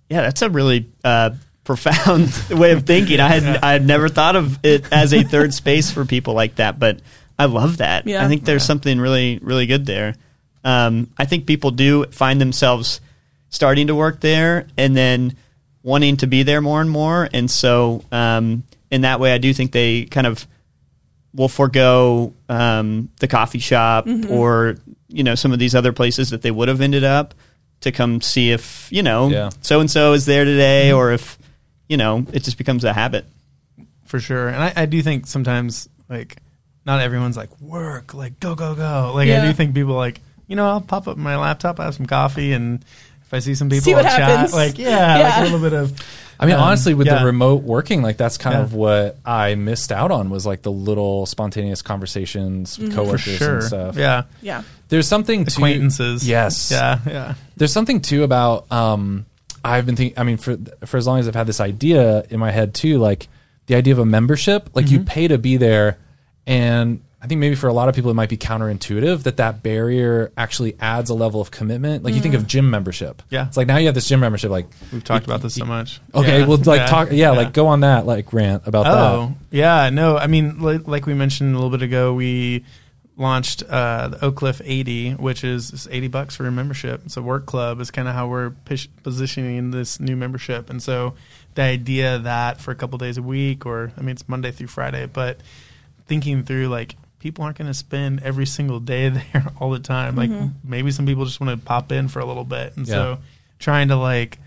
yeah, that's a really uh, profound way of thinking. I had I had never thought of it as a third space for people like that, but I love that. Yeah. I think there's something really really good there. Um, I think people do find themselves starting to work there and then wanting to be there more and more, and so um, in that way, I do think they kind of will forego um, the coffee shop or you know some of these other places that they would have ended up to come see if you Yeah. know so and so is there today or if you know it just becomes a habit. for sure. And I, I do think sometimes like not everyone's like work, like go go go. Like I Yeah. do think people like you know I'll pop up my laptop, I have some coffee, and If I see some people, See what I'll chat. happens. Like yeah, like Yeah. a little bit of. I mean, um, honestly, with yeah. the remote working, like that's kind Yeah. of what I missed out on was like the little spontaneous conversations with for coworkers sure, and stuff. yeah, Yeah. There's something to- acquaintances. yes. yeah, yeah. There's something too about um I've been thinking I mean for for as long as I've had this idea in my head too, like the idea of a membership, like Mm-hmm. you pay to be there and I think maybe for a lot of people it might be counterintuitive that that barrier actually adds a level of commitment. Like you think of gym membership. Mm-hmm. Yeah. It's like now you have this gym membership like We've talked about this so much. okay, Yeah. well like talk yeah, like go on that like rant about Oh, yeah. No, I mean, li- like we mentioned a little bit ago, we launched uh, the Oak Cliff 80, which is it's 80 bucks for a membership. It's a work club, is kind of how we're pish- positioning this new membership. And so the idea that for a couple days a week, or I mean, it's Monday through Friday, but thinking through like, People aren't going to spend every single day there all the time. Like maybe some people just want to pop in for a little bit, and Yeah. so trying to like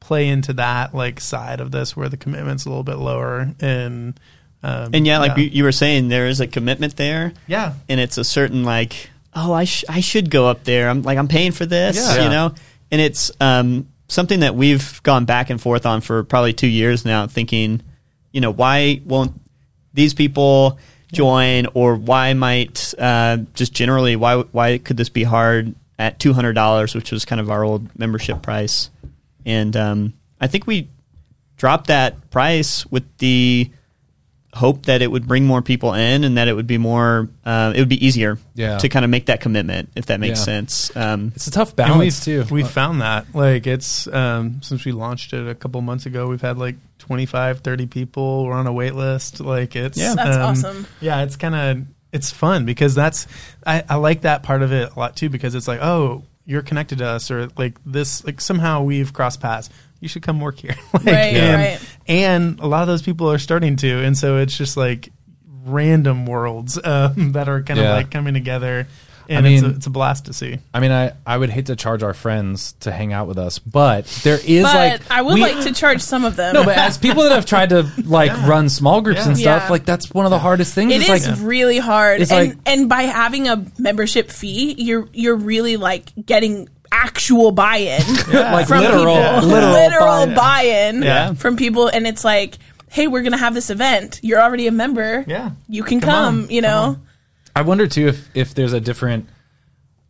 play into that like side of this where the commitment's a little bit lower and um, And yeah, like You, you were saying, there is a commitment there. yeah and it's a certain like oh I, sh- I should go up there i'm like i'm paying for this Yeah. you know and it's um, something that we've gone back and forth on for probably two years now thinking you know why won't these people join or why might uh, just generally why why could this be hard at $200 which was kind of our old membership price and um, i think we dropped that price with the hope that it would bring more people in and that it would be more uh, it would be easier Yeah. to kind of make that commitment if that makes Yeah. sense um, It's a tough and we balance too. we found that like it's um, since we launched it a couple months ago we've had like 25 30 people we're on a wait list like it's Yeah. That's um, awesome. yeah it's kind of it's fun because that's I, I like that part of it a lot too because it's like oh you're connected to us or like this like somehow we've crossed paths you should come work here like, Right, and, right. and a lot of those people are starting to and so it's just like random worlds um, that are kind of Yeah. like coming together and I it's, a, mean- it's a blast to see I mean, I, I would hate to charge our friends to hang out with us, but there is But like I would we- like to charge some of them. No, but as people that have tried to like run small groups Yeah. and stuff, Yeah. like that's one of the hardest things. It it's is like really hard, It's and like- and by having a membership fee, you're you're really like getting actual buy-in Like from literal- people, literal literal buy-in. buy-in Yeah. from people, and it's like, hey, we're gonna have this event. You're already a member. Yeah. you can Come on, come. you know, I wonder too if if there's a different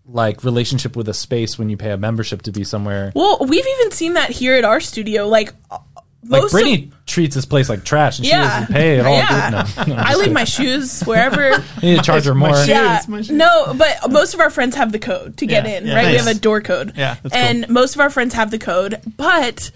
like relationship with a space when you pay a membership to be somewhere. well, we've even seen that here at our studio. Like uh, Like most of, Brittany treats this place like trash, and Yeah. she doesn't pay at all. Yeah. No, no, I'm I just leave kidding. my shoes wherever. You need to charge her my more. shit. yeah. Shoes, my shoes. No, but most of our friends have the code to get Yeah, in, yeah. right? We Nice. have a door code. Yeah, that's cool. and most of our friends have the code, but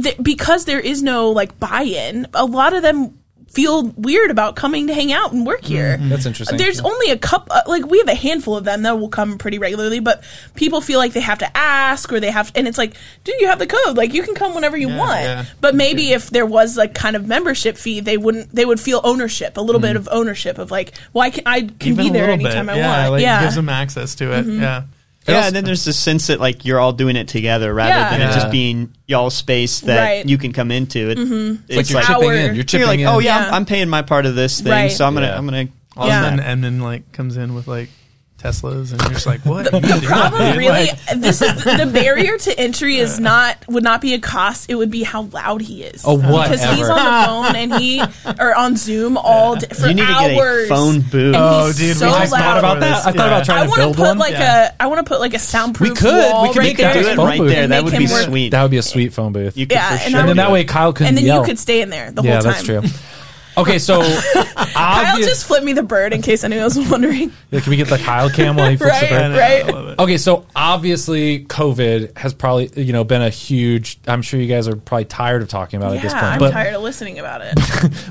th- because there is no like buy-in, a lot of them feel weird about coming to hang out and work here. Mm-hmm. That's interesting. There's only a couple, like we have a handful of them that will come pretty regularly, but people feel like they have to ask or they have, and it's like, dude, you have the code, like you can come whenever you want. yeah. But maybe if there was like kind of membership fee, they wouldn't, they would feel ownership, a little bit of ownership of like, well, I can, I can be Mm-hmm. a there little anytime bit. I yeah, Mm-hmm. want. Like, yeah, gives them access to it. Yeah. yeah and then there's this sense that like you're all doing it together rather Yeah. than it Yeah. just being y'all's space that Right. you can come into it, It's it's like like, you're Our- chipping in. You're You're chipping you're like in. oh yeah, Yeah. I'm, I'm paying my part of this thing Right. so i'm gonna Yeah. i'm gonna All Yeah. of a sudden, and then like comes in with like Teslas, and you're just like, what? are you doing, problem dude? really Like, this is the barrier to entry is not would not be a cost it would be how loud he is Oh, because he's whatever. on the phone and he or on zoom all day for you need hours to get a phone And booth Oh, he's dude, we so just I loud. thought about that. I thought Yeah. about I trying to want to build put one. like Yeah. a I want to put like a soundproof We could. wall We could right make that there. do Just it phone right booth. there And that make would him be work. sweet that would be a sweet phone booth. you could Yeah, for and sure I and then would- that way Kyle couldn't and then yell. you could stay in there the yeah, whole time. that's true. Okay, so Kyle obvious- just flipped me the bird in case anyone was wondering. Yeah, can we get the Kyle cam while he flips Right, the bird? I know, Right? I love it. Okay, so obviously COVID has probably you know been a huge. I'm sure you guys are probably tired of talking about it Yeah, at this point. I'm but tired of listening about it.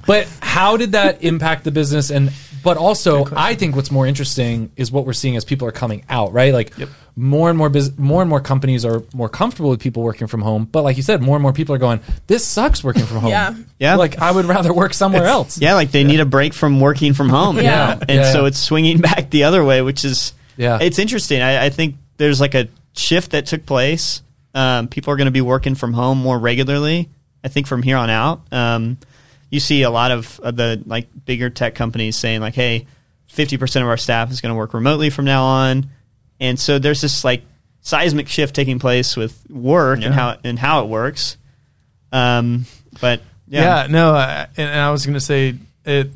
but how did that impact the business? And but also, I think what's more interesting is what we're seeing as people are coming out. Right, like more and more bus- more and more companies are more comfortable with people working from home. But like you said, more and more people are going. This sucks working from home. Yeah. Yeah. Like I would rather work somewhere else. Yeah, like they need a break from working from home. Yeah. And Yeah. so it's swinging back the other way, which is, Yeah. it's interesting. I, I think there's like a shift that took place. Um, people are going to be working from home more regularly, I think, from here on out. Um, you see a lot of, of the like bigger tech companies saying, like, hey, 50% of our staff is going to work remotely from now on. And so there's this like seismic shift taking place with work and how and how it works. Um, but yeah, yeah, no uh, and, and i was gonna say it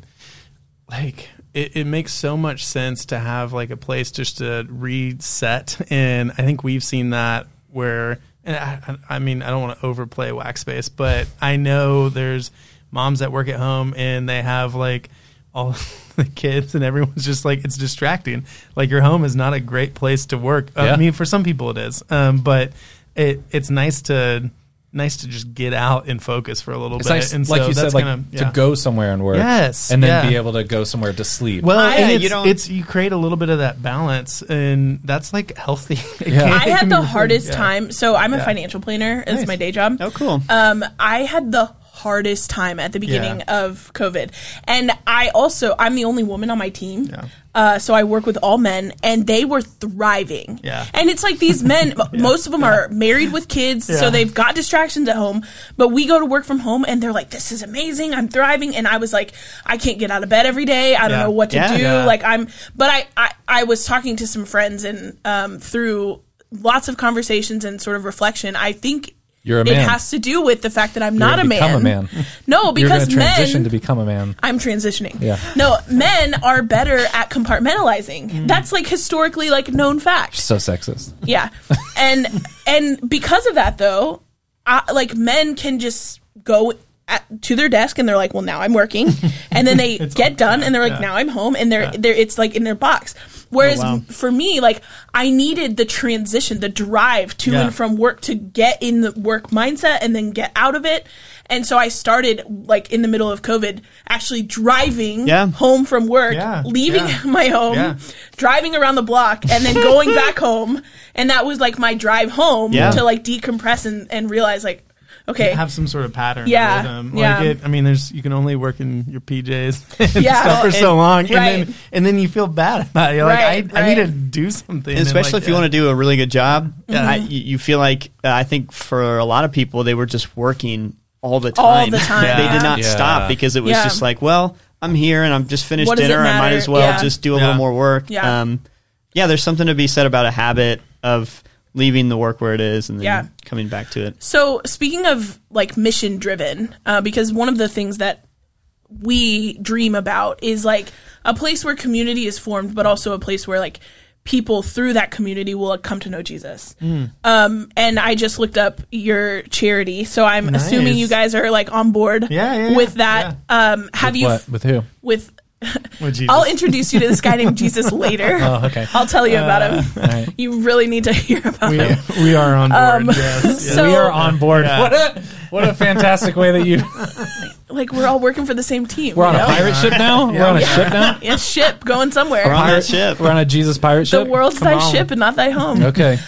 like it, it makes so much sense to have like a place just to reset and i think we've seen that where and i, I I mean i don't want to overplay wax space but i know there's moms that work at home and they have like all the kids and everyone's just like it's distracting like your home is not a great place to work Uh, Yeah. i mean for some people it is um, but it it's nice to nice to just get out and focus for a little It's bit. nice, and like so you that's said, like gonna- to yeah. go somewhere and work, Yes, and then yeah. be able to go somewhere to sleep. Well, I- and Yeah, it's, you you don't- it's you create a little bit of that balance, and that's like healthy. It Yeah. can- I it I can had be the really- hardest yeah. time. So I'm a financial planner. It's my day job. oh cool. Um, I had the hardest time at the beginning of COVID, and I also I'm the only woman on my team. Uh, so I work with all men, and they were thriving. Yeah. And it's like these men, m most of them are married with kids, so Yeah. they've got distractions at home. But we go to work from home, and they're like, "This is amazing. I'm thriving." And I was like, "I can't get out of bed every day. I don't Yeah. know what to Yeah. do. Yeah. Like I'm." But I, I I was talking to some friends, and um, through lots of conversations and sort of reflection, I think You're a it man. has to do with the fact that I'm not a gonna man. become a man. No, You're going because to transition to men. become a man. I'm transitioning. Yeah. No, men are better at compartmentalizing. Mm. That's like historically like known fact. So sexist. Yeah. And and because of that though, I, like men can just go at, to their desk and they're like, "Well, now I'm working." And then they get done and they're like, "Now I'm home." And they're they're it's like in their box. Whereas Oh, wow. for me, like I needed the transition, the drive to Yeah. and from work to get in the work mindset and then get out of it. And so I started like in the middle of COVID actually driving Yeah. home from work, Yeah. leaving Yeah. my home, Yeah. driving around the block, and then going back home. And that was like my drive home Yeah. to like decompress and, and realize like, okay, Have some sort of pattern. Yeah, Rhythm. Like yeah. It, I mean, there's you can only work in your PJs and Yeah. stuff for Well, so and- long, right. and then and then you feel bad about it. You're Right, like, I, I need to right. do something. And especially if you uh, want to do a really good job, Mm-hmm. uh, Yeah. I, you you feel like uh, I think for a lot of people they were just working all the time. All the time, they yeah. did not Yeah. stop because it was Yeah. just like, well, I'm here and I'm just finished What does it dinner. I might matter? as well Yeah. just do a Yeah. little more work. Yeah. Um, yeah, there's something to be said about a habit of leaving the work where it is and then Yeah. coming back to it. So speaking of like mission driven, uh, because one of the things that we dream about is like a place where community is formed, but also a place where like people through that community will come to know Jesus. Hmm. Um, and I just looked up your charity, so I'm Nice. assuming you guys are like on board Yeah, yeah, yeah. with that. Um, have you What with who? with? With oh, Jesus. I'll introduce you to this guy named Jesus later. Oh, okay. Uh, I'll tell you about him. You really need to hear about him. we, we are on Um, board. yes, yes. So we are on board. What a what a fantastic way that you. like we're all working for the same team. We're on a pirate ship now. We're on a ship now. Yeah, ship going somewhere. We're on Pirate that ship. We're on a Jesus pirate the ship. world's Come thy on. ship and not thy home. Okay.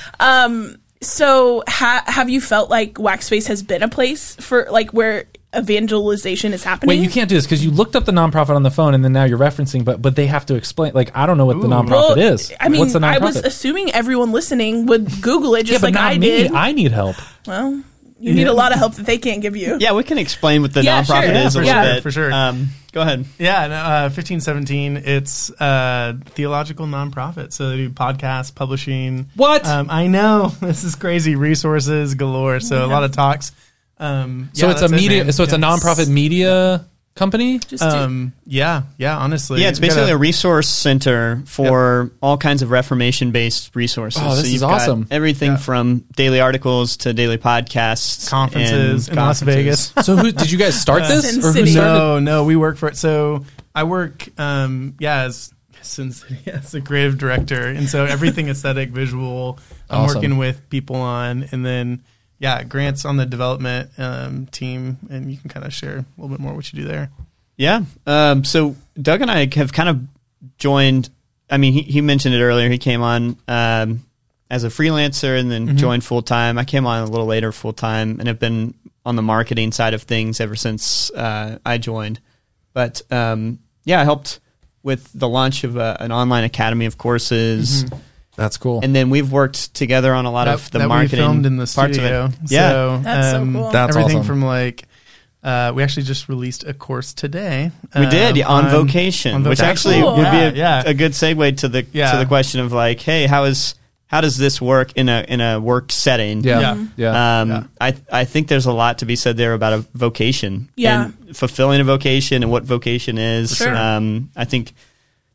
So, ha- have you felt like Waxface has been a place for like where evangelization is happening? Wait, you can't do this because you looked up the nonprofit on the phone, and then now you're referencing, but but they have to explain. Like, I don't know what the nonprofit Well, is. I mean, what's the nonprofit? I was assuming everyone listening would Google it yeah, just but like not I me. did. I need help. well, you need Yeah. a lot of help that they can't give you. Yeah, we can explain what the Yeah, sure. nonprofit is a little Yeah, for sure, bit. for sure. Um, go ahead. Yeah, no, uh, fifteen seventeen. It's uh, theological nonprofit, so they do podcasts, publishing. What? um, I know this is crazy. Resources galore. So a lot of talks. Um, So yeah, it's a that's it, media. man. so it's a Yeah. nonprofit media company. Just do- Um, yeah, yeah. Honestly, Yeah, it's You gotta- basically a resource center for all kinds of Reformation based resources. Oh, this so is you've awesome. Got everything from daily articles to daily podcasts, conferences and in Las Vegas. So who did you guys start this Sin or who City. started? No, no, we work for it. So I work, um, yeah, as since yeah, as a creative director, and so everything aesthetic, visual. I'm Awesome. working with people on, and then yeah, grants on the development um, team, and you can kind of share a little bit more what you do there. Yeah. Um, so Doug and I have kind of joined. I mean, he, he mentioned it earlier. He came on um, as a freelancer and Mm-hmm. then joined full time. I came on a little later full time and have been on the marketing side of things ever since uh, I joined. But um, yeah, I helped with the launch of a, an online academy of courses. That's cool. and then we've worked together on a lot of the Mm-hmm. that marketing we filmed in the parts studio. of it. Yeah, so, um, That's so cool. That's everything awesome. from like. Uh, we actually just released a course today. we did um, on, vocation, on which vocation. actually Cool. would be Yeah, a, yeah. a good segue to the Yeah. to the question of like, hey, how is how does this work in a in a work setting? Yeah. Yeah. Yeah. Uh, Yeah. Um, Yeah. I I think there's a lot to be said there about a vocation, Yeah. and fulfilling a vocation and what vocation is. Sure. Um, I think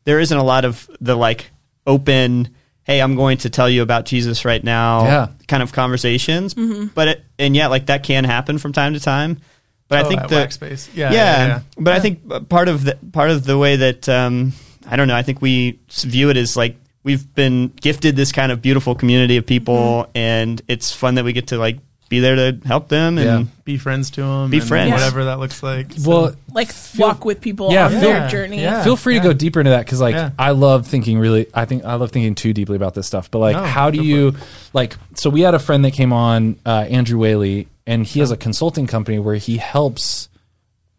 there isn't a lot of the like open, hey, I'm going to tell you about Jesus right now, Yeah. kind of conversations. Mm-hmm. But it, and yet, like that can happen from time to time. But I Oh, think at the Workspace. Yeah, yeah, yeah, yeah. but I think uh, part of the part of the way that um, I don't know, I think we s- view it as like we've been gifted this kind of beautiful community of people, and it's fun that we get to like be there to help them and Yeah. be friends to them. Be friends. whatever that looks like. So- Well, like Feel- walk with people Yeah, on feel- their journey. yeah. feel free to go deeper into that because like Yeah. i love thinking really i think i love thinking too deeply about this stuff but like No, how do go for you like so we had a friend that came on uh, andrew whaley and he has a consulting company where he helps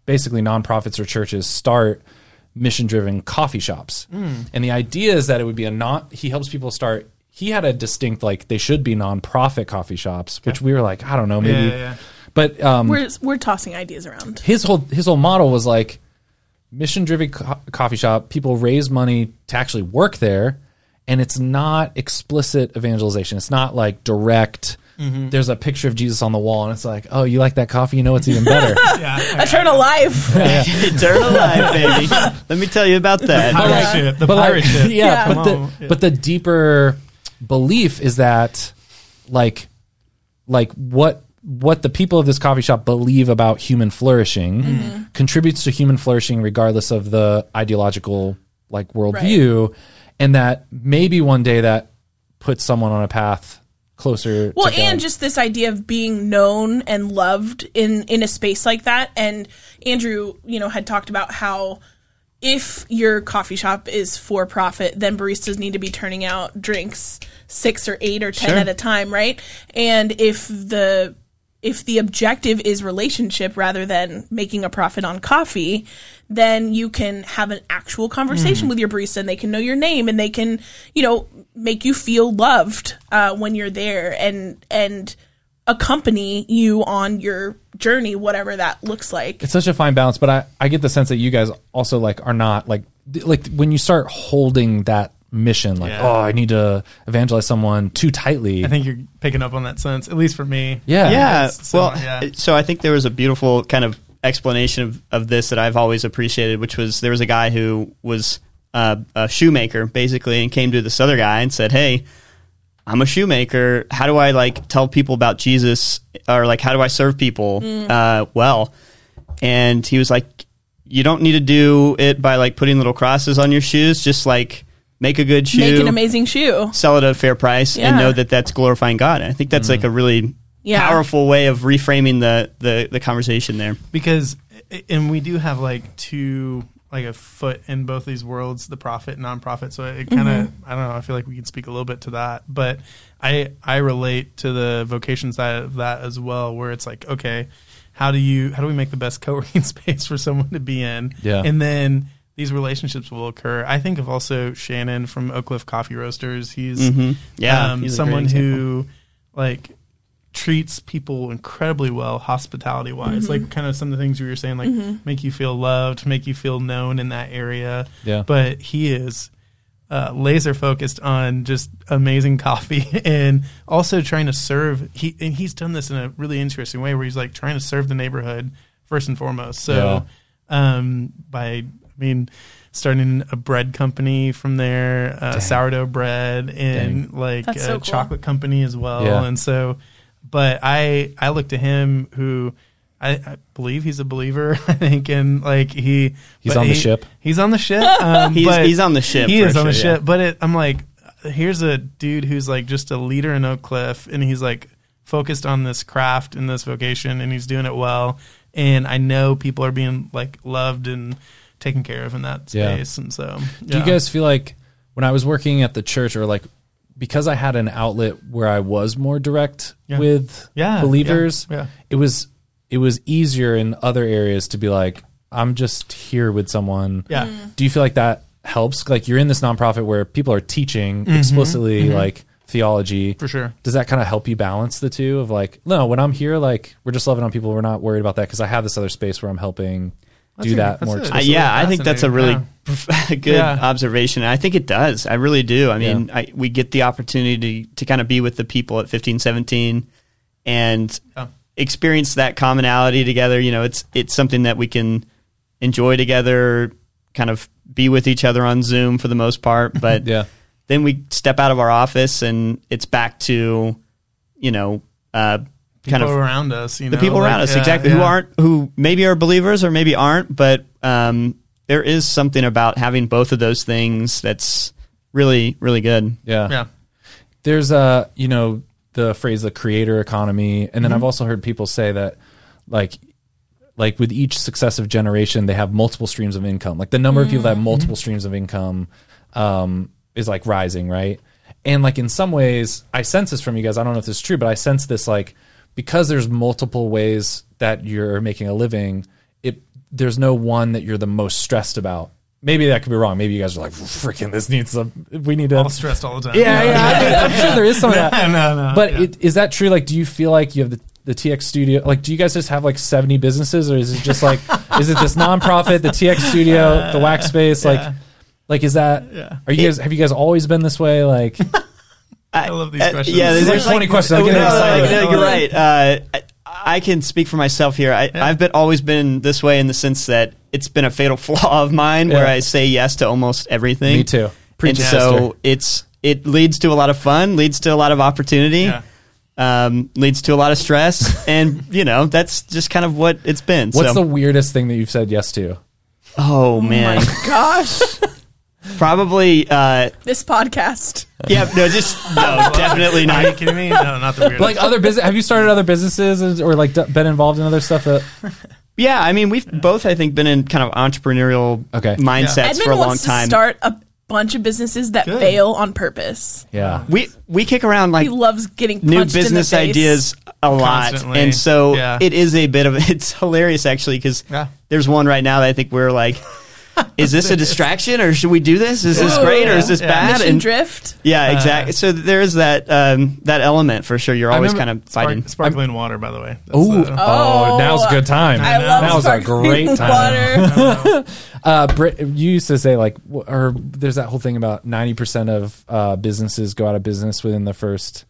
basically nonprofits or churches start mission driven coffee shops Mm. and the idea is that it would be a not he helps people start he had a distinct like they should be nonprofit coffee shops which we were like i don't know maybe yeah, yeah. but um We're we're tossing ideas around. his whole his whole model was like mission driven co- coffee shop people raise money to actually work there and it's not explicit evangelization it's not like direct there's a picture of jesus on the wall and it's like oh you like that coffee you know it's even better yeah. Eternal life. eternal life, baby. Let me tell you about that. pirate like- ship, the but pirate like, ship. yeah, Yeah. but the Come on. Yeah. but the deeper belief is that like like what what the people of this coffee shop believe about human flourishing Mm-hmm. contributes to human flourishing regardless of the ideological like worldview and that maybe one day that puts someone on a path closer Well, to God. and just this idea of being known and loved in in a space like that. And Andrew, you know, had talked about how if your coffee shop is for profit, then baristas need to be turning out drinks six or eight or ten Sure. at a time, right? And if the if the objective is relationship rather than making a profit on coffee, then you can have an actual conversation with your barista and they can know your name and they can, you know, make you feel loved uh, when you're there and and accompany you on your journey, whatever that looks like. it's such a fine balance but i i get the sense that you guys also like are not like th- like when you start holding that mission like Yeah. oh i need to evangelize someone too tightly I think you're picking up on that sense, at least for me. yeah Yeah. so, Well, yeah. so I think there was a beautiful kind of explanation of, of this that I've always appreciated, which was there was a guy who was uh, a shoemaker basically and came to this other guy and said, "Hey, I'm a shoemaker. How do I like tell people about Jesus or like how do I serve people uh, well?" And he was like, "You don't need to do it by like putting little crosses on your shoes. Just like make a good shoe, Make an amazing shoe. sell it at a fair price and Yeah. know that that's glorifying God. I think that's like a really Yeah. powerful way of reframing the, the, the conversation there. because i- and we do have like two like a foot in both these worlds the profit and nonprofit so it kind of Mm-hmm. i don't know i feel like we can speak a little bit to that but i i relate to the vocation side of that as well where it's like okay how do you how do we make the best co-working space for someone to be in Yeah. and then these relationships will occur i think of also shannon from oak cliff coffee roasters he's Mm-hmm. Yeah, um, he's a great someone example. who like treats people incredibly well hospitality wise like kind of some of the things you were saying like make you feel loved make you feel known in that area Yeah. but he is uh, laser focused on just amazing coffee and also trying to serve he and he's done this in a really interesting way where he's like trying to serve the neighborhood first and foremost so um by i mean starting a bread company from there uh, sourdough bread and like a That's so cool. chocolate company as well Yeah. and so but i i look to him who I, I believe he's a believer. I think, and like he, He's but on the he- ship. He's on the ship. Um, He's- but he's on the ship He for is on the sure, yeah. ship. But it, I'm like, here's a dude who's like just a leader in Oak Cliff, and he's like focused on this craft and this vocation, and he's doing it well. And I know people are being like loved and taken care of in that Yeah. space, and so Do you guys feel like when I was working at the church, or like because I had an outlet where I was more direct Yeah. with Yeah, believers, yeah, yeah. it was it was easier in other areas to be like, I'm just here with someone. Yeah. Mm. Do you feel like that helps? Like you're in this nonprofit where people are teaching explicitly like theology. Mm-hmm. For sure. Does that kind of help you balance the two of like, no, when I'm here, like we're just loving on people. We're not worried about that because I have this other space where I'm helping do a- that that's more a- explicitly. I, Absolutely Uh, yeah, I think that's a really fascinating. good Yeah. observation. I think it does. I really do. I mean, I, we get the opportunity to, to kind of be with the people at fifteen, seventeen, and Yeah. experience that commonality together. You know, it's it's something that we can enjoy together, kind of be with each other on Zoom for the most part. But Yeah. then we step out of our office, and it's back to you know. Uh, kind people of around us. You the know, people like, around us Oh, yeah, exactly who yeah. aren't who maybe are believers or maybe aren't but um, there is something about having both of those things that's really really good yeah. Yeah, there's a you know the phrase the creator economy and then i've also heard people say that like like with each successive generation they have multiple streams of income like the number of people that have multiple streams of income um, is like rising right and like in some ways i sense this from you guys i don't know if this is true but i sense this like because there's multiple ways that you're making a living it there's no one that you're the most stressed about maybe that could be wrong maybe you guys are like freaking this needs some we need to all stressed all the time. yeah, yeah. I mean, I'm sure there is some of that. No, no, no. But yeah. it, is that true? Like, do you feel like you have the, the TX studio? Like, do you guys just have like 70 businesses, or is it just like, is it this nonprofit, the TX studio, the Wax Space? Like, like is that? Are you guys? Have you guys always been this way? Like, I love these Uh, questions. yeah There's like 20 questions. I'm Oh, getting no, excited. no, no, you're right uh, I, I can speak for myself here I, i've been always been this way in the sense that it's been a fatal flaw of mine where Yeah. i say yes to almost everything Me too. Preach, and sister. so it's it leads to a lot of fun leads to a lot of opportunity Yeah. um, leads to a lot of stress, and you know that's just kind of what it's been. what's so. the weirdest thing that you've said yes to? oh man, Gosh, probably uh, this podcast. yeah, no, just no, definitely Are you not. kidding me? No, not the weirdest. Like other business? Have you started other businesses or like d- been involved in other stuff? That Yeah, I mean we've both I think been in kind of entrepreneurial Okay. mindsets Edmund for a long wants time. to start a bunch of businesses that Good. fail on purpose. yeah, we we kick around like He loves getting punched new in the business face. ideas a lot, Constantly. and so Yeah. it is a bit of it's hilarious actually because Yeah. there's one right now that I think we're like. Is this a distraction, or should we do this? Is this Ooh. great, or is this Yeah. Uh, bad? Mission And- drift. Yeah, exactly. so there is that um, that element for sure. You're always kind remember- of fighting. Spark- sparkling water, by the way. That's Ooh, the- oh, Oh, now's a good time. I love Now's a sparkling great time. Water. Uh, Brit, you used to say like, w- or there's that whole thing about ninety percent of uh, businesses go out of business within the first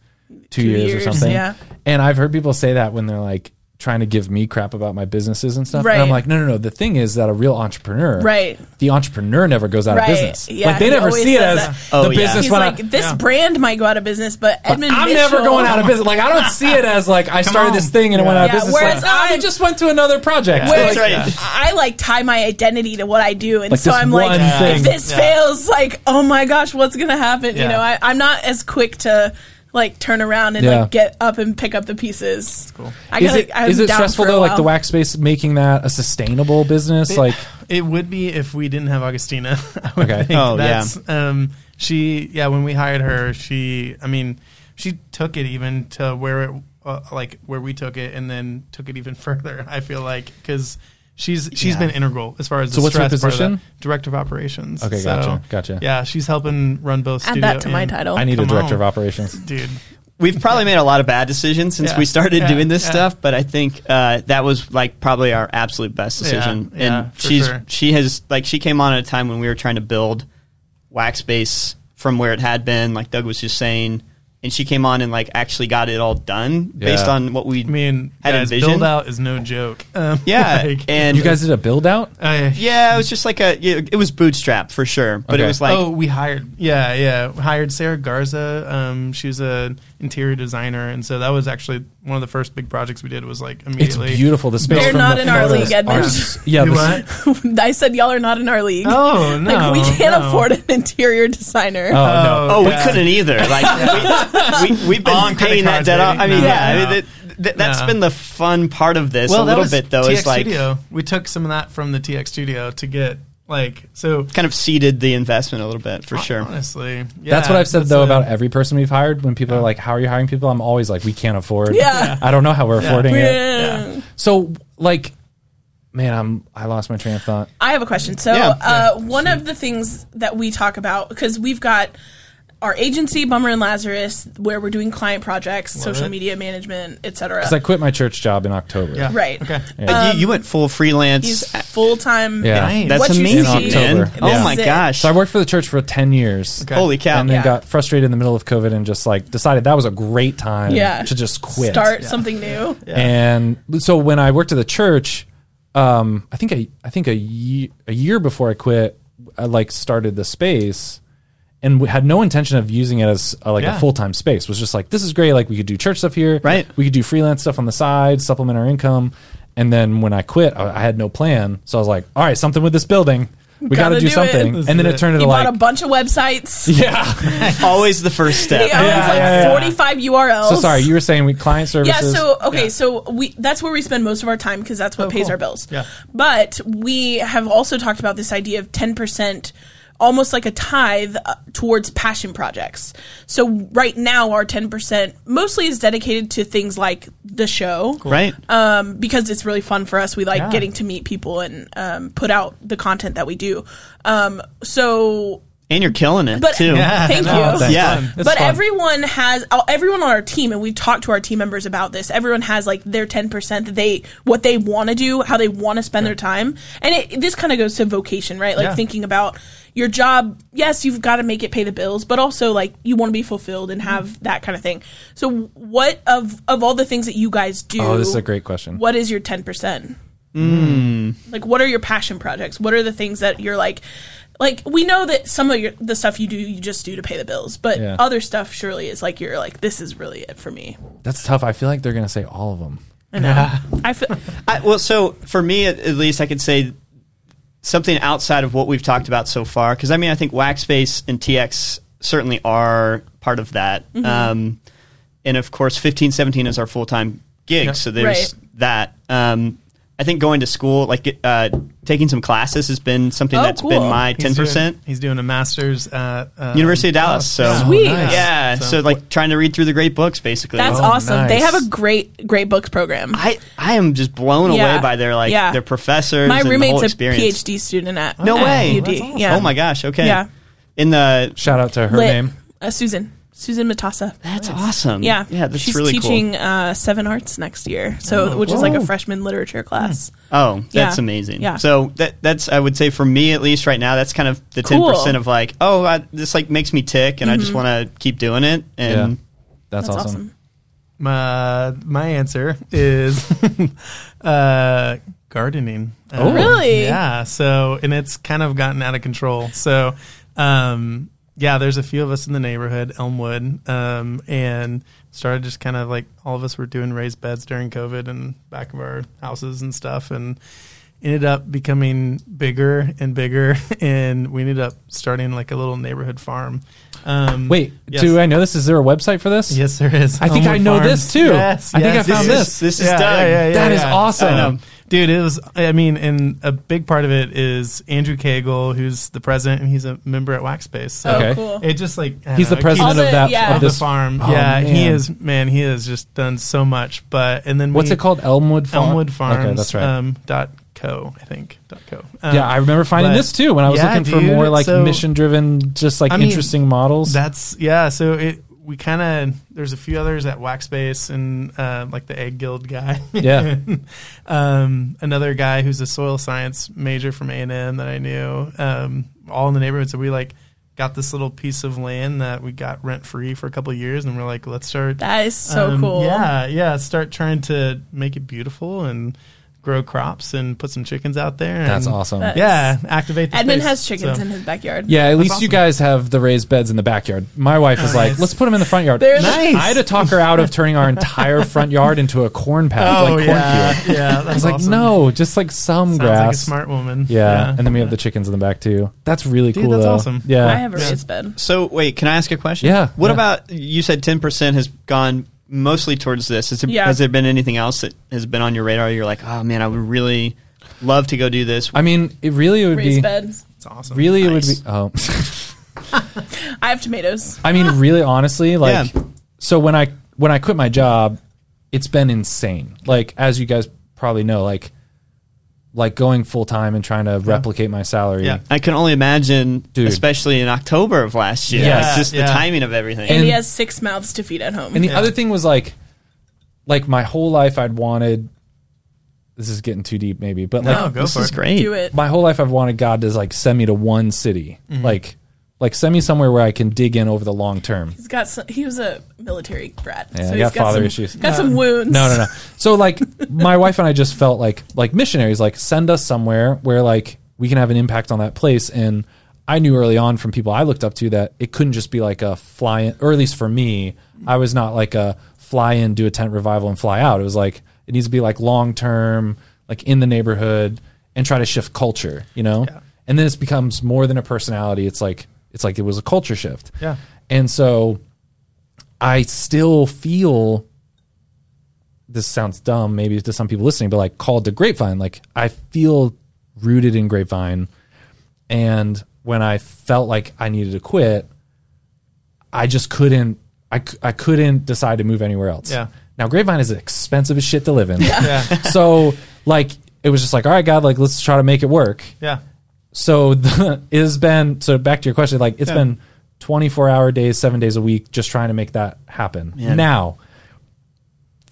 two, Two years, years, or something. yeah. And I've heard people say that when they're like trying to give me crap about my businesses and stuff. And I'm Right. like, no, no, no. The thing is that a real entrepreneur, Right. The entrepreneur never goes out Right. of business. Yeah, like they he never always see it says as that. Oh, the yeah. business He's went like, out. this brand might go out of business, but Edmund I'm Mitchell, never going out of business. Like I don't see it as like I started on. this thing and it went out of Yeah, business. whereas like, "Ah, they I- just went to another project. Whereas That's right. I like tie my identity to what I do, and Like so this I'm like, one thing. if this Yeah. fails, like, oh my gosh, what's gonna happen? Yeah. You know, I, I'm not as quick to like turn around and Yeah. like get up and pick up the pieces. cool. I is gotta, it, I'm is it down stressful for a though like the while. wax space making that a sustainable business like It would be if we didn't have Augustina. I would Okay. think. Oh, That's, yeah. Um, she yeah. When we hired her, she I mean she took it even to where it uh, like where we took it, and then took it even further. I feel like because she's she's Yeah. been integral as far as So the what's her stress part of position? that. director of operations. Okay, So, gotcha, gotcha. Yeah, she's helping run both. Add studio that to my and- title. i need a Come director on. of operations dude. We've probably made a lot of bad decisions since Yeah. we started Yeah. doing this Yeah. stuff, but I think uh, that was like probably our absolute best decision. Yeah. Yeah, and for she's sure. she has like she came on at a time when we were trying to build wax base from where it had been, like Doug was just saying, and she came on and like actually got it all done based Yeah. on what we I mean, had guys, envisioned. build out is no joke. Um, Yeah, like, and you guys did a build out I- yeah, it was just like a yeah, it was bootstrap for sure, but Okay. it was like oh, we hired. Yeah, yeah, We hired Sarah Garza. Um, she was a interior designer, and so that was actually one of the first big projects we did. Was like it's immediately beautiful the space They're from not the in our photos league, are Edmund. s- yeah You the- what? I said y'all are not in our league. Oh no, like we can't no. afford an interior designer. oh, no Oh, yeah. we couldn't either. Like we, we, we've been On credit paying that cards, debt off. baby. I mean, No, yeah, no. I mean, it, th- that's No. been the fun part of this Well, a that little was bit, though. TX Is like Studio. We took some of that from the TX Studio to get like so. kind of seeded the investment a little bit for sure. Honestly, yeah, that's what I've said though a- about every person we've hired. When people are like, "How are you hiring people?" I'm always like, "We can't afford." Yeah. I don't know how we're affording it. Yeah. So, like, man, I'm I lost my train of thought. I have a question. So, Yeah. uh, one of the things that we talk about because we've got our agency, Bummer and Lazarus, where we're doing client projects, social it. media management, etc. Because I quit my church job in October. Yeah. Right. Okay. But you, you went full He's freelance. full time. Yeah. Nice. That's what you amazing, see man. in October. Oh Yeah. my Sick. gosh! So I worked for the church for 10 years. Okay. Holy cow! And then Yeah. got frustrated in the middle of COVID and just like decided that was a great time Yeah. to just quit. Start something new. And so when I worked at the church, um, I think I, I think a year, a year before I quit, I like started the space and we had no intention of using it as uh like Yeah. a full-time space. It was just like this is great like we could do church stuff here. Right. We could do freelance stuff on the side, supplement our income. And then when I quit, I, I had no plan. So I was like, all right, something with this building. We got Gotta to do do it. something. This And then is it it. turned He into bought a like bunch of websites. Yeah. yeah. Always the first step. He owns like yeah, yeah. 45 URLs. so sorry, you were saying we client Yeah, services. so okay, so we that's where we spend most of our time because that's what pays our bills. Oh, Yeah. But we have also talked about this idea of 10% almost like a tithe uh, towards passion projects. So right now our 10% mostly is dedicated to things like the show. Right? Um, because it's really fun for us. We like Yeah. getting to meet people and um, put out the content that we do. Um, so and you're killing it but too. Yeah. thank no, you. that's Yeah. fun. It's but fun. everyone has oh, everyone on our team, and we've talked to our team members about this. Everyone has like their ten percent that they what they want to do, how they want to spend their time, and it, this kind of goes to vocation, right? Like Yeah. thinking about your job. Yes, you've got to make it pay the bills, but also like you want to be fulfilled and Mm-hmm. have that kind of thing. So, what of of all the things that you guys do? Oh, this is a great question. What is your ten percent? Like, what are your passion projects? What are the things that you're like? Like, we know that some of your, the stuff you do, you just do to pay the bills, but Yeah. other stuff surely is like you're like, this is really it for me. That's tough. I feel like they're going to say all of them. I feel I, well, so for me, at, at least, I could say something outside of what we've talked about so far. Because I mean, I think Waxface and TX certainly are part of that. Mm-hmm. Um, and of course, fifteen seventeen is our full time gig, so there's that. Um, I think going to school, like uh, taking some classes, has been something Oh, that's been cool. my He's ten percent. doing- He's doing a master's at um, University of Dallas. So Sweet. nice. yeah. So, like trying to read through the great books, basically. that's Oh, awesome. They nice. have a great, great books program. I, I am just blown Yeah. away by their like Yeah. their professors. My and the whole roommate's a experience. PhD student at No at way. UD. That's awesome. Yeah. Oh my gosh. Okay. Yeah. In the Shout out to her Lit- name. uh, Susan. Susan Matassa. that's awesome. Yeah. Yeah. That's She's really teaching cool. uh, seven arts next year, so which is like a freshman literature class. Oh, that's Yeah. amazing. Yeah. So that that's I would say for me at least right now that's kind of the ten Cool. Mm-hmm. percent of like oh I, this like makes me tick and I just want to keep doing it Yeah. and That's, That's awesome. awesome. My my answer is uh, gardening. Oh, Really? Yeah. So, and it's kind of gotten out of control. So, um, yeah, there's a few of us in the neighborhood, Elmwood, um, and started just kind of like all of us were doing raised beds during COVID and back of our houses and stuff, and ended up becoming bigger and bigger, and we ended up starting like a little neighborhood farm. Um, Wait, yes. do I know this? Is there a website for this? Yes, there is. I think I know this, too. I think I found This this. is- this is yeah, Doug. yeah, yeah, yeah, That is yeah. awesome. I know. Dude, it was, I mean, and a big part of it is Andrew Cagle, who's the president, and he's a member at Waxpace. So Okay. Oh, cool. it just like, I don't He's the know, it keeps- president All of the- that yeah. of of the this farm. Oh, yeah, he man. is, man, he has just done so much. But, and then What's we- it called? Elmwood Farm. Elmwood Farms. Okay, that's right. Um, dot co, I think. Dot co. Um, yeah, I remember finding but- this too when I was Yeah, looking for dude, more like so- mission-driven, just like I mean, interesting models. That's yeah. So it we kind of there's a few others at Waxbase and uh, like the Egg Guild guy. Yeah. um, another guy who's a soil science major from A and M that I knew. Um, all in the neighborhood. So we like got this little piece of land that we got rent free for a couple of years, and we're like, let's start. That is so um, cool. Yeah, yeah. Start trying to make it beautiful and grow crops and put some chickens out there. And that's awesome. That- Yeah, activate. the Edmund space. has chickens So- in his backyard. yeah, at least you awesome. guys have the raised beds in the backyard. My wife is like, let's put them in the front yard. They're Nice. I had to talk her out of turning our entire front yard into a corn patch, like cornfield. Oh, yeah, yeah. I was That's like, awesome. no, just like some Sounds grass. like a smart woman. yeah. and then we have the chickens in the back too. That's really Dude, cool. that's though. awesome. Yeah, I have a raised bed. So wait, can I ask a question? Yeah, What yeah. about you said ten percent has gone mostly towards this? Has, it, Yeah. has there been anything else that has been on your radar? You're like, oh man, I would really love to go do this. I mean, it really would Raised be beds. it's awesome. really Nice. it would be. Oh, I have tomatoes. I mean, really, honestly, like, Yeah. so when I when I quit my job, it's been insane. Like, as you guys probably know, like, like going full time and trying to replicate my salary. Yeah. I can only imagine, Dude. especially in October of last year, Yes. like, just Yeah. the timing of everything. And he And- has six mouths to feed at home. And the other thing was like, like my whole life I'd wanted. This is getting too deep, maybe, but like No, go this for is it. great. Do it. my whole life I've wanted God to like send me to one city, like like send me somewhere where I can dig in over the long term. He's got some, he was a military brat. Yeah, I he's got father some, issues. Got some wounds. No, no, no. So like my wife and I just felt like like missionaries, like send us somewhere where like we can have an impact on that place. And I knew early on from people I looked up to that it couldn't just be like a fly in, or at least for me, I was not like a fly in, do a tent revival and fly out. It was like it needs to be like long term, like in the neighborhood and try to shift culture, you know? And then it becomes more than a personality. It's like it's like it was a culture shift. Yeah. And so I still feel this sounds dumb maybe to some people listening, but like called to Grapevine. Like I feel rooted in Grapevine. And when I felt like I needed to quit, I just couldn't. I, c- I couldn't decide to move anywhere else. Yeah. Now Grapevine is expensive as shit to live in. Yeah. so like it was just like all right, God, like let's try to make it work Yeah. so the, it's been so back to your question like it's been 24 hour days seven days a week just trying to make that happen now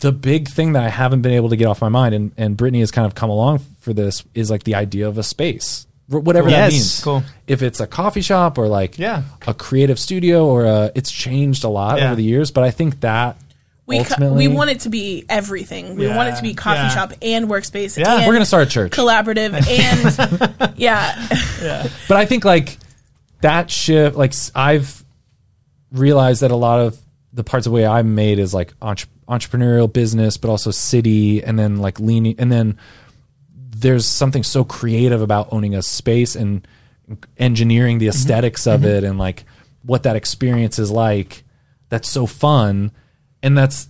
the big thing that i haven't been able to get off my mind and, and brittany has kind of come along for this is like the idea of a space wh- whatever that Yes. means Cool. if it's a coffee shop or like Yeah. a creative studio or a, it's changed a lot Yeah. over the years but i think that We, cu- ultimately we want it to be everything. We Yeah, want it to be coffee yeah. shop and workspace. Yeah, and we're gonna start a church collaborative and yeah, but I think like that shift, like s- I've realized that a lot of the parts of the way I'm made is like entre- entrepreneurial business, but also city, and then like leaning, and then there's something so creative about owning a space and engineering the esthetics of it and like what that experience is like. That's so fun, and that's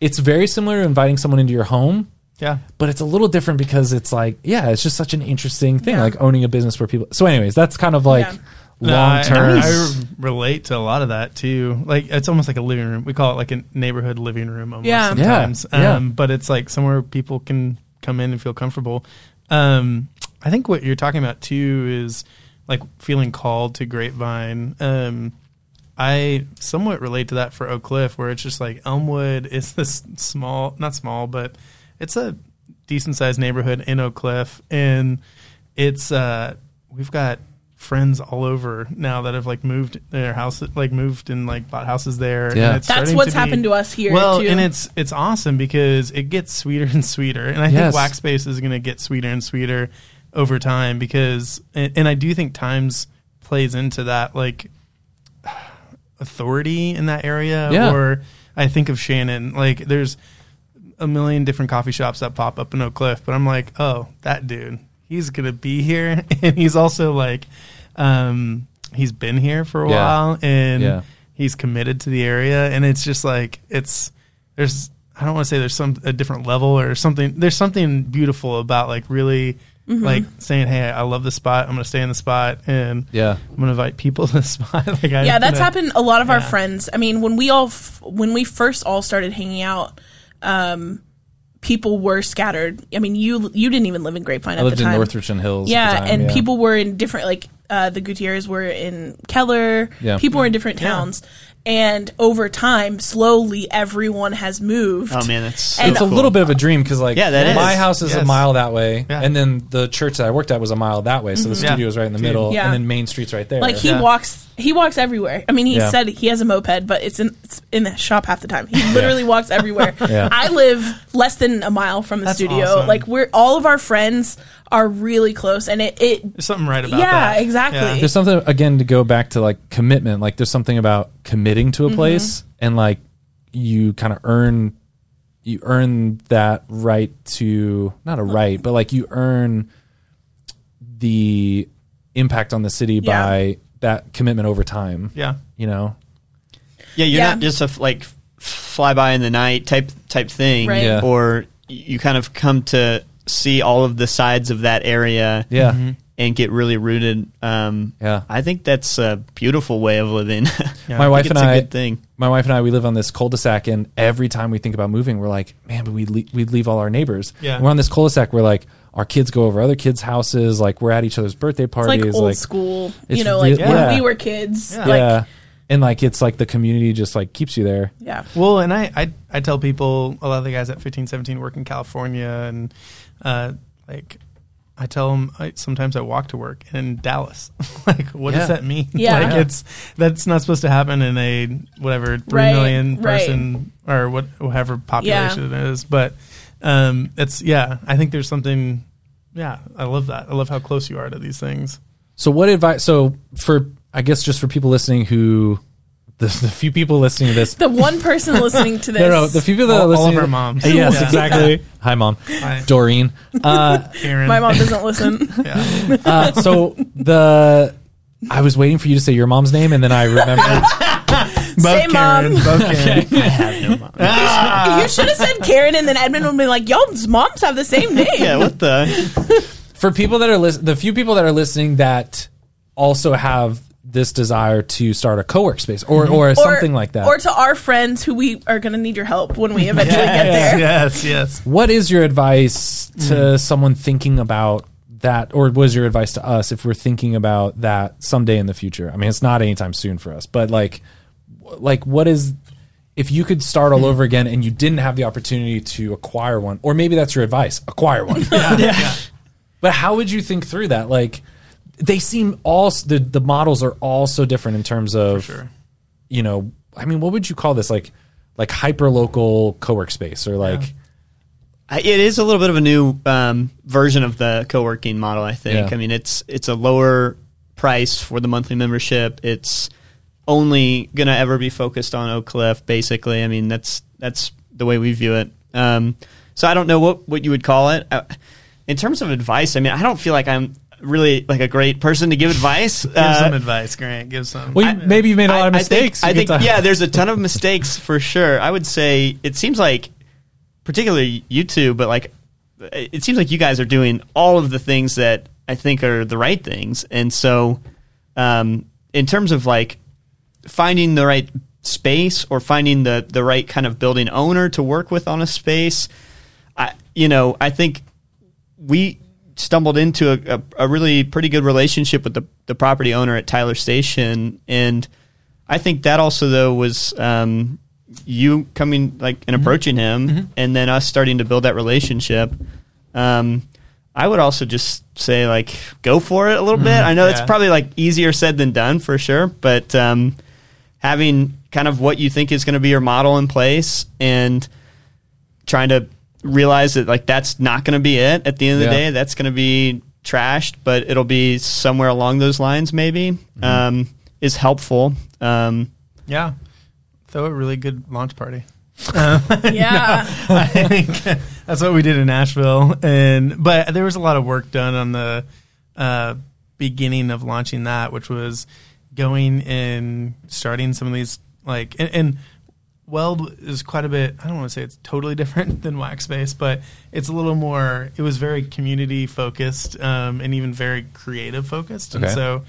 it's very similar to inviting someone into your home Yeah. but it's a little different because it's like yeah it's just such an interesting thing like owning a business where people so anyways that's kind of like Yeah. No, I- long term I, relate to a lot of that too. Like it's almost like a living room. We call it like a neighborhood living room almost Yeah. Yeah. sometimes. Yeah. Um, but it's like somewhere people can come in and feel comfortable. Um, I think what you're talking about too is like feeling called to Grapevine. Um, I somewhat relate to that for Oak Cliff, where it's just like Elmwood is this small, not small, but it's a decent sized neighborhood in Oak Cliff, and it's uh, we've got friends all over now that have like moved their house, like moved and like bought houses there. and Yeah. it's That's starting what's be- happened to us here, Well, too. and it's it's awesome because it gets sweeter and sweeter, and I Yes. think Wax Space is going to get sweeter and sweeter over time because, and, and I do think times plays into that like authority in that area. Yeah. Or I think of Shannon, like there's a million different coffee shops that pop up in Oak Cliff, but I'm like, oh, that dude, he's gonna be here, and he's also like, um, he's been here for a Yeah. while, and Yeah. he's committed to the area, and it's just like it's there's I don't want to say there's some a different level or something. There's something beautiful about like really. Mm-hmm. Like saying, "Hey, I love this spot. I'm going to stay in the spot, and Yeah. I'm going to invite people to the spot." like, I yeah. That's gonna- happened a lot of our Yeah. friends. I mean, when we all f- when we first all started hanging out, um, people were scattered. I mean, you you didn't even live in Grapevine i at lived the in time. north richmond hills at yeah, the time, and people were in different like uh, the Gutierrez were in Keller. Yeah. people were in different towns, and over time, slowly everyone has moved. Oh man, that's so And- it's a cool. little bit of a dream because like Yeah, that my is. house is a Yes. mile that way Yeah. and then the church that i worked at was a mile that way so the Yeah. studio is right in the Dude. middle Yeah. and then main street's right there Like he Yeah. walks, he walks everywhere. I mean, he Yeah. said he has a moped, but it's in it's in the shop half the time. He literally walks everywhere. Yeah. I live less than a mile from the That's studio. awesome. Like we're all of our friends are really close, and it it There's something right about Yeah, that. exactly. there's something again to go back to like commitment like there's something about committing to a Mm-hmm. place and like you kind of earn you earn that right to not a right but like you earn the impact on the city Yeah. by that commitment over time Yeah. you know Yeah, you're Yeah. not just a f- like f- fly by in the night type type thing, Right. Yeah. or y- you kind of come to see all of the sides of that area. yeah and get really rooted. Um, Yeah. I think that's a beautiful way of living. Yeah. my I wife think and it's a I, good thing. my wife and I, we live on this cul-de-sac, and every time we think about moving, we're like, man, but we le- we leave all our neighbors. Yeah. We're on this cul-de-sac. We're like, our kids go over other kids' houses. Like we're at each other's birthday It's parties. like old school, it's you know, re- like yeah. when we were kids. Yeah. Like, yeah. and like it's like the community just like keeps you there. yeah. Well, and I, I I tell people a lot of the guys at fifteen seventeen work in California, and uh, like I tell them I, sometimes I walk to work in Dallas. like, what Yeah. does that mean? Yeah. like Yeah. it's that's not supposed to happen in a whatever three Right, million right. person or what whatever population it is. But um, it's yeah, I think there's something. Yeah, I love that. I love how close you are to these things. So what advice? So for I guess just for people listening who, the, the few people listening to this, The one person listening to this. no, no, the few people that All- are all of listening, our moms. yes, Yeah. exactly. Hi, mom, Hi. Doreen. Uh, Aaron, my mom doesn't listen. Yeah. uh, so the. I was waiting for you to say your mom's name, and then I remembered. Say, Mom. both Karen. I have no mom. You should have said Karen, and then Edmund would have been like, "Y'all's moms have the same name." yeah, what the? for people that are listening, the few people that are listening that also have this desire to start a co-work space or or Mm-hmm. something like that. Or to our friends who we are going to need your help when we eventually get there. yes, yes. what is your advice to someone thinking about that, or was your advice to us if we're thinking about that someday in the future? I mean, it's not anytime soon for us, but like, w- like what is if you could start all over again and you didn't have the opportunity to acquire one, or maybe that's your advice, acquire one. But how would you think through that? Like, they seem all s- the the models are all so different in terms of, sure. you know, I mean, what would you call this? Like, like hyper local co-work space or like, I- It is a little bit of a new um, version of the co-working model. I think. Yeah. I mean, it's it's a lower price for the monthly membership. It's only going to ever be focused on Oak Cliff. Basically, I mean that's that's the way we view it. Um, so I don't know what what you would call it. Uh, in terms of advice, I mean, I don't feel like I'm really like a great person to give advice. Give Uh, some advice, Grant. Give some. well, you, maybe you made a lot of I- mistakes. I You think, could I think talk- yeah, there's a ton of mistakes for sure. I would say it seems like, particularly you two, but like, it seems like you guys are doing all of the things that I think are the right things. And so, um, in terms of like finding the right space or finding the the right kind of building owner to work with on a space, I you know I think we stumbled into a, a, a really pretty good relationship with the, the property owner at Tyler Station. And I think that also, though, was um, you coming like and approaching him and then us starting to build that relationship. Um, I would also just say, like, go for it a little bit. I know it's yeah. probably like easier said than done for sure, but um, having kind of what you think is going to be your model in place and trying to realize that like that's not going to be it at the end of the Yeah. day that's going to be trashed but it'll be somewhere along those lines maybe Mm-hmm. um, is helpful um, yeah. Throw a really good launch party. Yeah. I think that's what we did in Nashville, and but there was a lot of work done on the uh, beginning of launching that, which was going and starting some of these like and, and Weld is quite a bit. I don't want to say it's totally different than Wax Space, but it's a little more. It was very community focused um, and even very creative focused, and Okay. so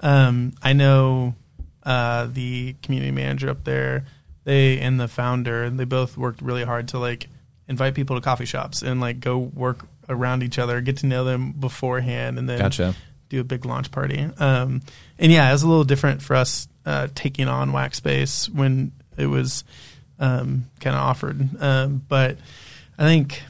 um, I know uh, the community manager up there. They and the founder, they both worked really hard to like invite people to coffee shops and like go work around each other, get to know them beforehand, and then Gotcha. do a big launch party. Um, and yeah, it was a little different for us uh, taking on Wax Space when it was um, kind of offered. Um, but I think,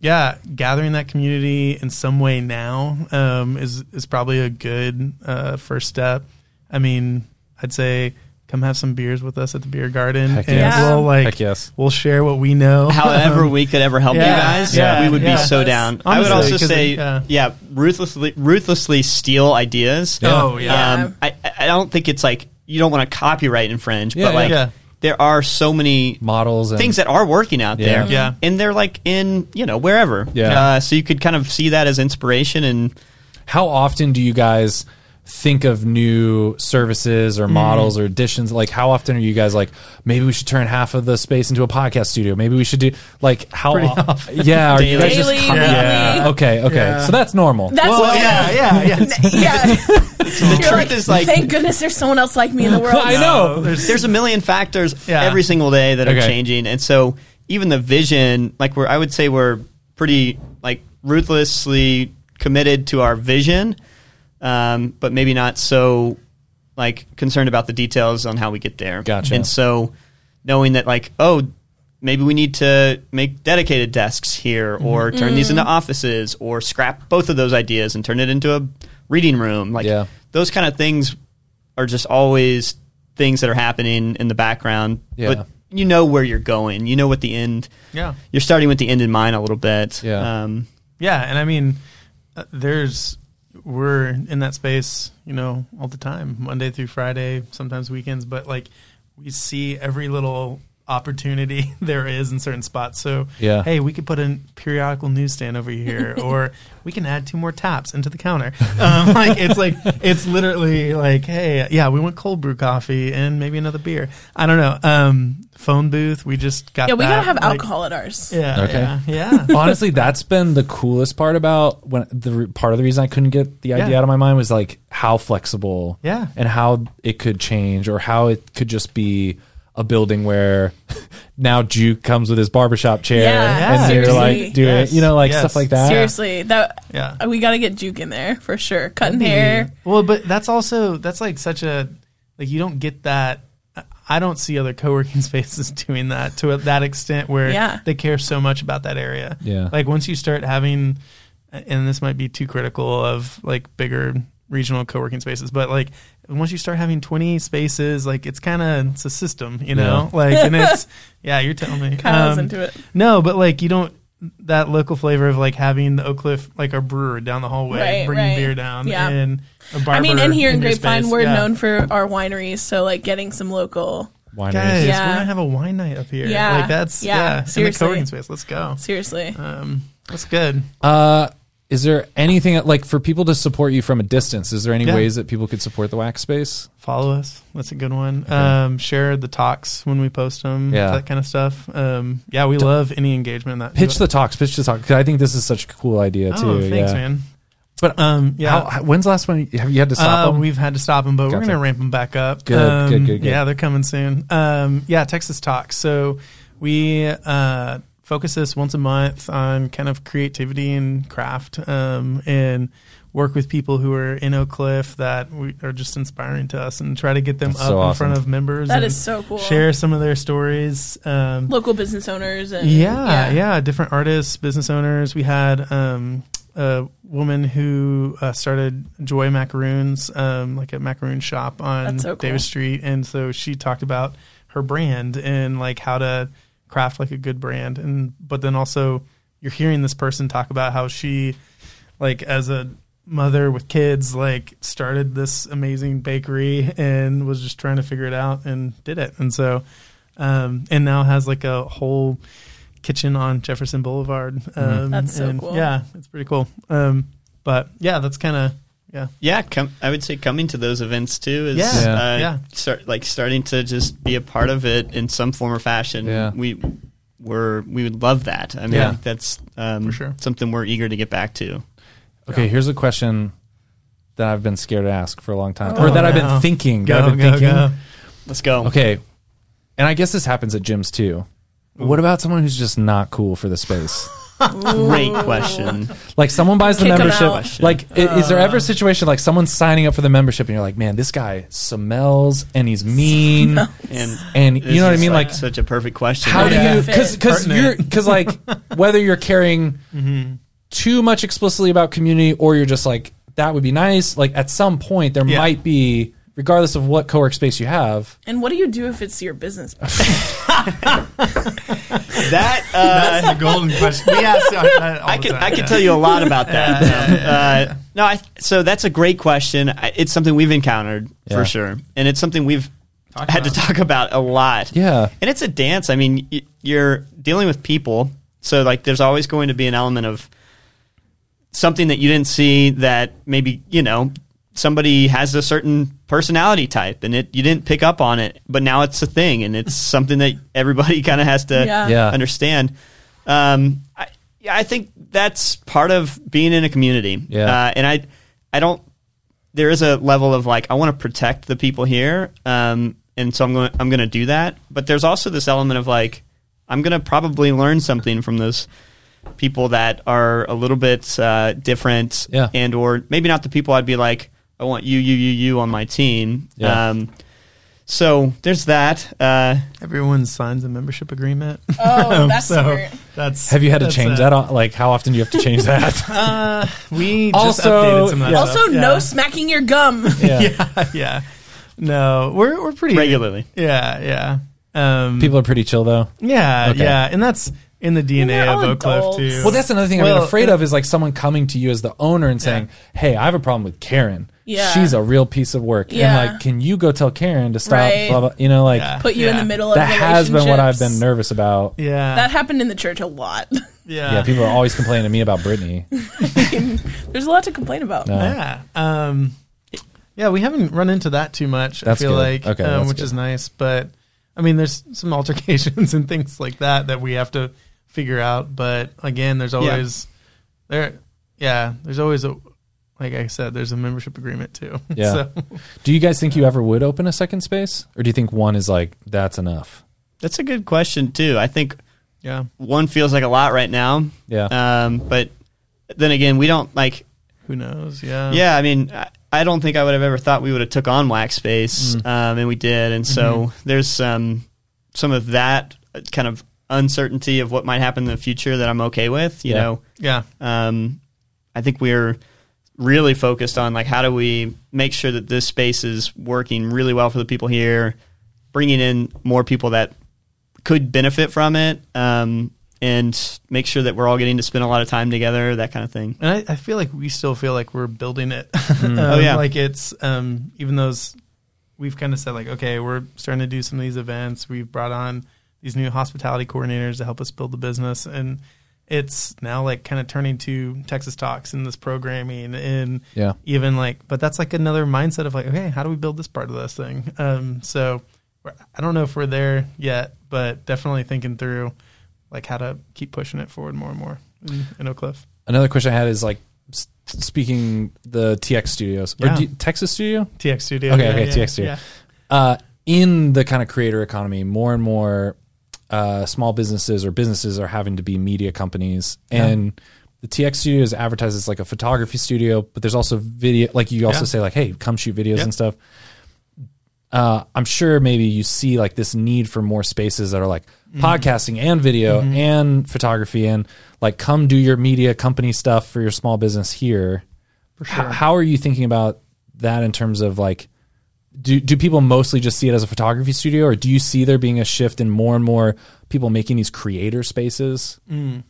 yeah, gathering that community in some way now um, is is probably a good uh, first step. I mean, I'd say come have some beers with us at the beer garden, Heck and yes. we'll like Heck yes. we'll share what we know. however we could ever help yeah, you guys yeah, we would yeah. be so down i would Honestly, also 'cause say it- yeah. yeah ruthlessly ruthlessly steal ideas Oh yeah, Yeah. Um, I, I I don't think it's like you don't want to copyright infringe, Yeah, but like yeah. there are so many models and things that are working out Yeah. there. Yeah. And they're like in, you know, wherever. Yeah. Uh, so you could kind of see that as inspiration and how often do you guys think of new services Mm-hmm. or models or additions? Like, how often are you guys like, maybe we should turn half of the space into a podcast studio? Maybe we should do like how Pretty o- often. Yeah, are you guys just Daily, con- weekly. yeah. Okay, okay. Yeah. So that's normal. That's what yeah, yeah. yeah. the truth is, like- thank goodness there's someone else like me in the world. I know. there's, a million factors Yeah. every single day that Okay. are changing, and so even the vision, like we're, I would say we're pretty like ruthlessly committed to our vision, um, but maybe not so like concerned about the details on how we get there. Gotcha. And so knowing that, like, oh, maybe we need to make dedicated desks here, or Mm-hmm. turn these into offices, or scrap both of those ideas and turn it into a reading room. Like Yeah. those kind of things are just always things that are happening in the background. Yeah. But you know where you're going. You know what the end. Yeah. You're starting with the end in mind a little bit. Yeah. Um, Yeah, and I mean, uh, there's we're in that space, you know, all the time, Monday through Friday, sometimes weekends, but like we see every little opportunity there is in certain spots. So Yeah. hey, we could put a periodical newsstand over here, or we can add two more taps into the counter. Um, like it's like it's literally like, hey, yeah, we want cold brew coffee and maybe another beer. I don't know. Um, phone booth, we just got Yeah, we gotta that, have like- alcohol at ours. Yeah, Okay. yeah, yeah. Honestly, that's been the coolest part about when the re- part of the reason I couldn't get the idea Yeah. out of my mind was like how flexible, Yeah. and how it could change or how it could just be a building where now Juke comes with his barbershop chair Yeah. and Yeah. they're Seriously. like doing Yes. you know like Yes. stuff like that. Seriously, that Yeah. we gotta get Juke in there for sure. Cutting hair. Well, but that's also that's like such a like you don't get that. I- I don't see other co-working spaces doing that to that extent where Yeah. they care so much about that area. Yeah. Like once you start having, and this might be too critical of like bigger regional co-working spaces, but like once you start having 20 spaces, like it's kind of, it's a system, you know, like, and it's, yeah, you're telling me. Um, Kyle's into it. No, but like you don't that local flavor of like having the Oak Cliff like our brewer down the hallway Right, bringing right. beer down Yeah. and a I mean, and here in your Grapevine, space. we're Yeah. known for our wineries, so like getting some local. Wineries. Guys, Yeah. we're gonna have a wine night up here. Yeah. like that's Yeah, yeah, in the seriously. co-working space. Let's go. Seriously, Um, that's good. Uh, is there anything like for people to support you from a distance? Is there any Yeah. ways that people could support the Wax Space? Follow us. That's a good one. Um, share the talks when we post them. Yeah. that kind of stuff. Um, yeah, we love any engagement in that. Pitch the talks, pitch the talks. 'cause I think this is such a cool idea too. oh, thanks, yeah. man. But Um, yeah. How, how- when's the last one you, have you had to stop Uh, them? We've had to stop them, but we're Gotcha. going to ramp them back up. Good, Um, good, good, good. Yeah, they're coming soon. Um, yeah, Texas Talks. So we uh, focus this once a month on kind of creativity and craft um, and work with people who are in Oak Cliff that we are just inspiring to us and try to get them That's up so in awesome. front of members. That and is so cool. Share some of their stories. Um, local business owners and yeah, yeah, different artists, business owners. We had um, a woman who uh, started Joy Macaroons, um, like a macaroon shop on That's so cool. Davis Street, and so she talked about her brand and like how to craft like a good brand, and but then also you're hearing this person talk about how she like as a mother with kids like started this amazing bakery and was just trying to figure it out and did it and so um and now has like a whole kitchen on jefferson boulevard um That's so and cool. yeah it's pretty cool um but yeah that's kind of yeah yeah, com- I would say coming to those events too is Yeah. Yeah. Uh, Yeah. Start, like starting to just be a part of it in some form or fashion. Yeah. We were we would love that. I mean, Yeah. that's um, For sure. something we're eager to get back to. Okay, here's a question that I've been scared to ask for a long time, Oh, or that I've no. been thinking. that go I've been go thinking. go Let's go. Okay, and I guess this happens at gyms too. What about someone who's just not cool for the space? Great question. Like someone buys the Kick 'em membership. out. Like, i- is there Uh. ever a situation like someone's signing up for the membership and you're like, man, this guy smells and he's mean, And and you this know what I is, mean? Like, such a perfect question. how Yeah. do you? Fit. Because because Pertinent. you're because like whether you're caring too much explicitly about community or you're just like that would be nice. Like at some point there Yeah. might be, regardless of what co-work space you have, And what do you do if it's your business? that? Uh, that's the golden question yeah so uh, I, I can I can tell you a lot about that. uh, no, I, so that's a great question. I, it's something we've encountered Yeah. for sure, and it's something we've Talk had to about. talk about a lot. Yeah. and it's a dance. I mean, y- you're dealing with people, so like there's always going to be an element of something that you didn't see that maybe you know somebody has a certain personality type and it you didn't pick up on it, but now it's a thing and it's something that everybody kind of has to Yeah. Yeah. understand. Um, I, yeah, I think that's part of being in a community. Yeah. Uh, and I, I don't. There is a level of like I want to protect the people here, um, and so I'm going. I'm going to do that. But there's also this element of like I'm going to probably learn something from those people that are a little bit uh, different, Yeah. and or maybe not the people I'd be like I want you, you, you, you on my team. Yeah. Um, so there's that. Uh, Everyone signs a membership agreement. Oh, that's so smart. that's. Have you had to that's change it. that? On, like, how often do you have to change that? We just Also- updated some of that yeah. stuff. Also, yeah. no smacking your gum. yeah, yeah. No, we're we're pretty Regularly. Yeah, yeah. Um, People are pretty chill though. yeah, Okay. yeah, and that's in the DNA They're of all Oak Cliff adults. too. Well, that's another thing I've Well, been afraid of is like someone coming to you as the owner and saying, "Hey, I have a problem with Karen. Yeah. She's a real piece of work. Yeah. And like, can you go tell Karen to stop? Right. Blah, blah. You know, like Yeah. Put you in the middle of that has been what I've been relationships. nervous about. Yeah. yeah, That happened in the church a lot. yeah, people are always complaining to me about Brittany. There's a lot to complain about. Yeah. Um, yeah, we haven't run into that too much, That's I feel good. like, Okay, um, that's which good. is nice. But I mean, there's some altercations and things like that that we have to figure out. But again, there's always there. Yeah, there's always a like I said, there's a membership agreement too. Yeah. so, Do you guys think you ever would open a second space, or do you think one is like that's enough? that's a good question too. I think yeah. one feels like a lot right now. Yeah. Um, but then again, we don't like. Who knows? Yeah. Yeah, I mean, I, I don't think I would have ever thought we would have took on Wax Space, Mm. um, and we did. And so Mm-hmm. there's some some of that kind of uncertainty of what might happen in the future that I'm okay with. You Yeah. know, Yeah. um, I think we're really focused on like how do we make sure that this space is working really well for the people here, bringing in more people that could benefit from it, um, and make sure that we're all getting to spend a lot of time together, that kind of thing. And I, I feel like we still feel like we're building it. Oh, Um, yeah. Like it's um, even those we've kind of said like, okay, we're starting to do some of these events. We've brought on these new hospitality coordinators to help us build the business, and it's now like kind of turning to Texas Talks and this programming and Yeah. even like, but that's like another mindset of like, okay, how do we build this part of this thing? Um, so we're- I don't know if we're there yet, but definitely thinking through like how to keep pushing it forward more and more in, in Oak Cliff. Another question I had is like s- speaking the TX studios or Yeah. D- Texas studio. TX Studio. Okay, yeah, okay, yeah, TX Studio. yeah. Uh, in the kind of creator economy, more and more uh, small businesses or businesses are having to be media companies, and the TX Studio is advertised as like a photography studio, but there's also video. Like you also Yeah. say, like, hey, come shoot videos Yeah. and stuff. Uh, I'm sure maybe you see like this need for more spaces that are like Mm-hmm. podcasting and video and photography and like come do your media company stuff for your small business here. For sure. how are you thinking about that in terms of like do do people mostly just see it as a photography studio, or do you see there being a shift in more and more people making these creator spaces? Mm.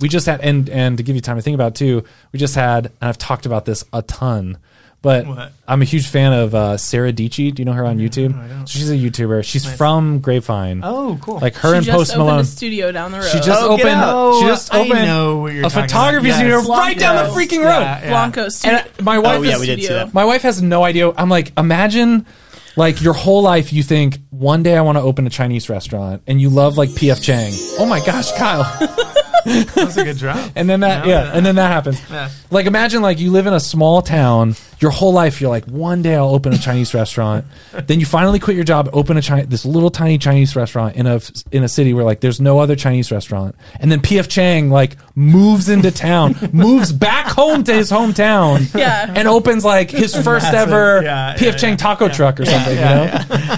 We just had, and and to give you time to think about it too, we just had, and I've talked about this a ton, but What? I'm a huge fan of uh, Sarah Dici. Do you know her on YouTube? She's a YouTuber. She's from Grapevine. Oh, cool. like her she and just Post opened Malone. a studio down the road. She just Oh, get opened. out. She just I opened know what you're a talking about. photography Yes. studio right down the Blanco. freaking road. Yeah, yeah. Blanco studio. And my wife Oh, is yeah, we did see studio. that. my wife has no idea. I'm like, imagine like your whole life you think one day I want to open a Chinese restaurant and you love like PF Chang. Oh my gosh, Kyle. That's a good job. And then that No, yeah, no. and then that happens. Yeah. Like imagine like you live in a small town, your whole life you're like one day I'll open a Chinese restaurant. Then you finally quit your job, open a chi- this little tiny Chinese restaurant in a in a city where like there's no other Chinese restaurant. And then PF Chang like moves into town, moves back home to his hometown Yeah. and opens like his first Massive. ever Yeah, yeah, PF Chang yeah. taco truck or something, you know?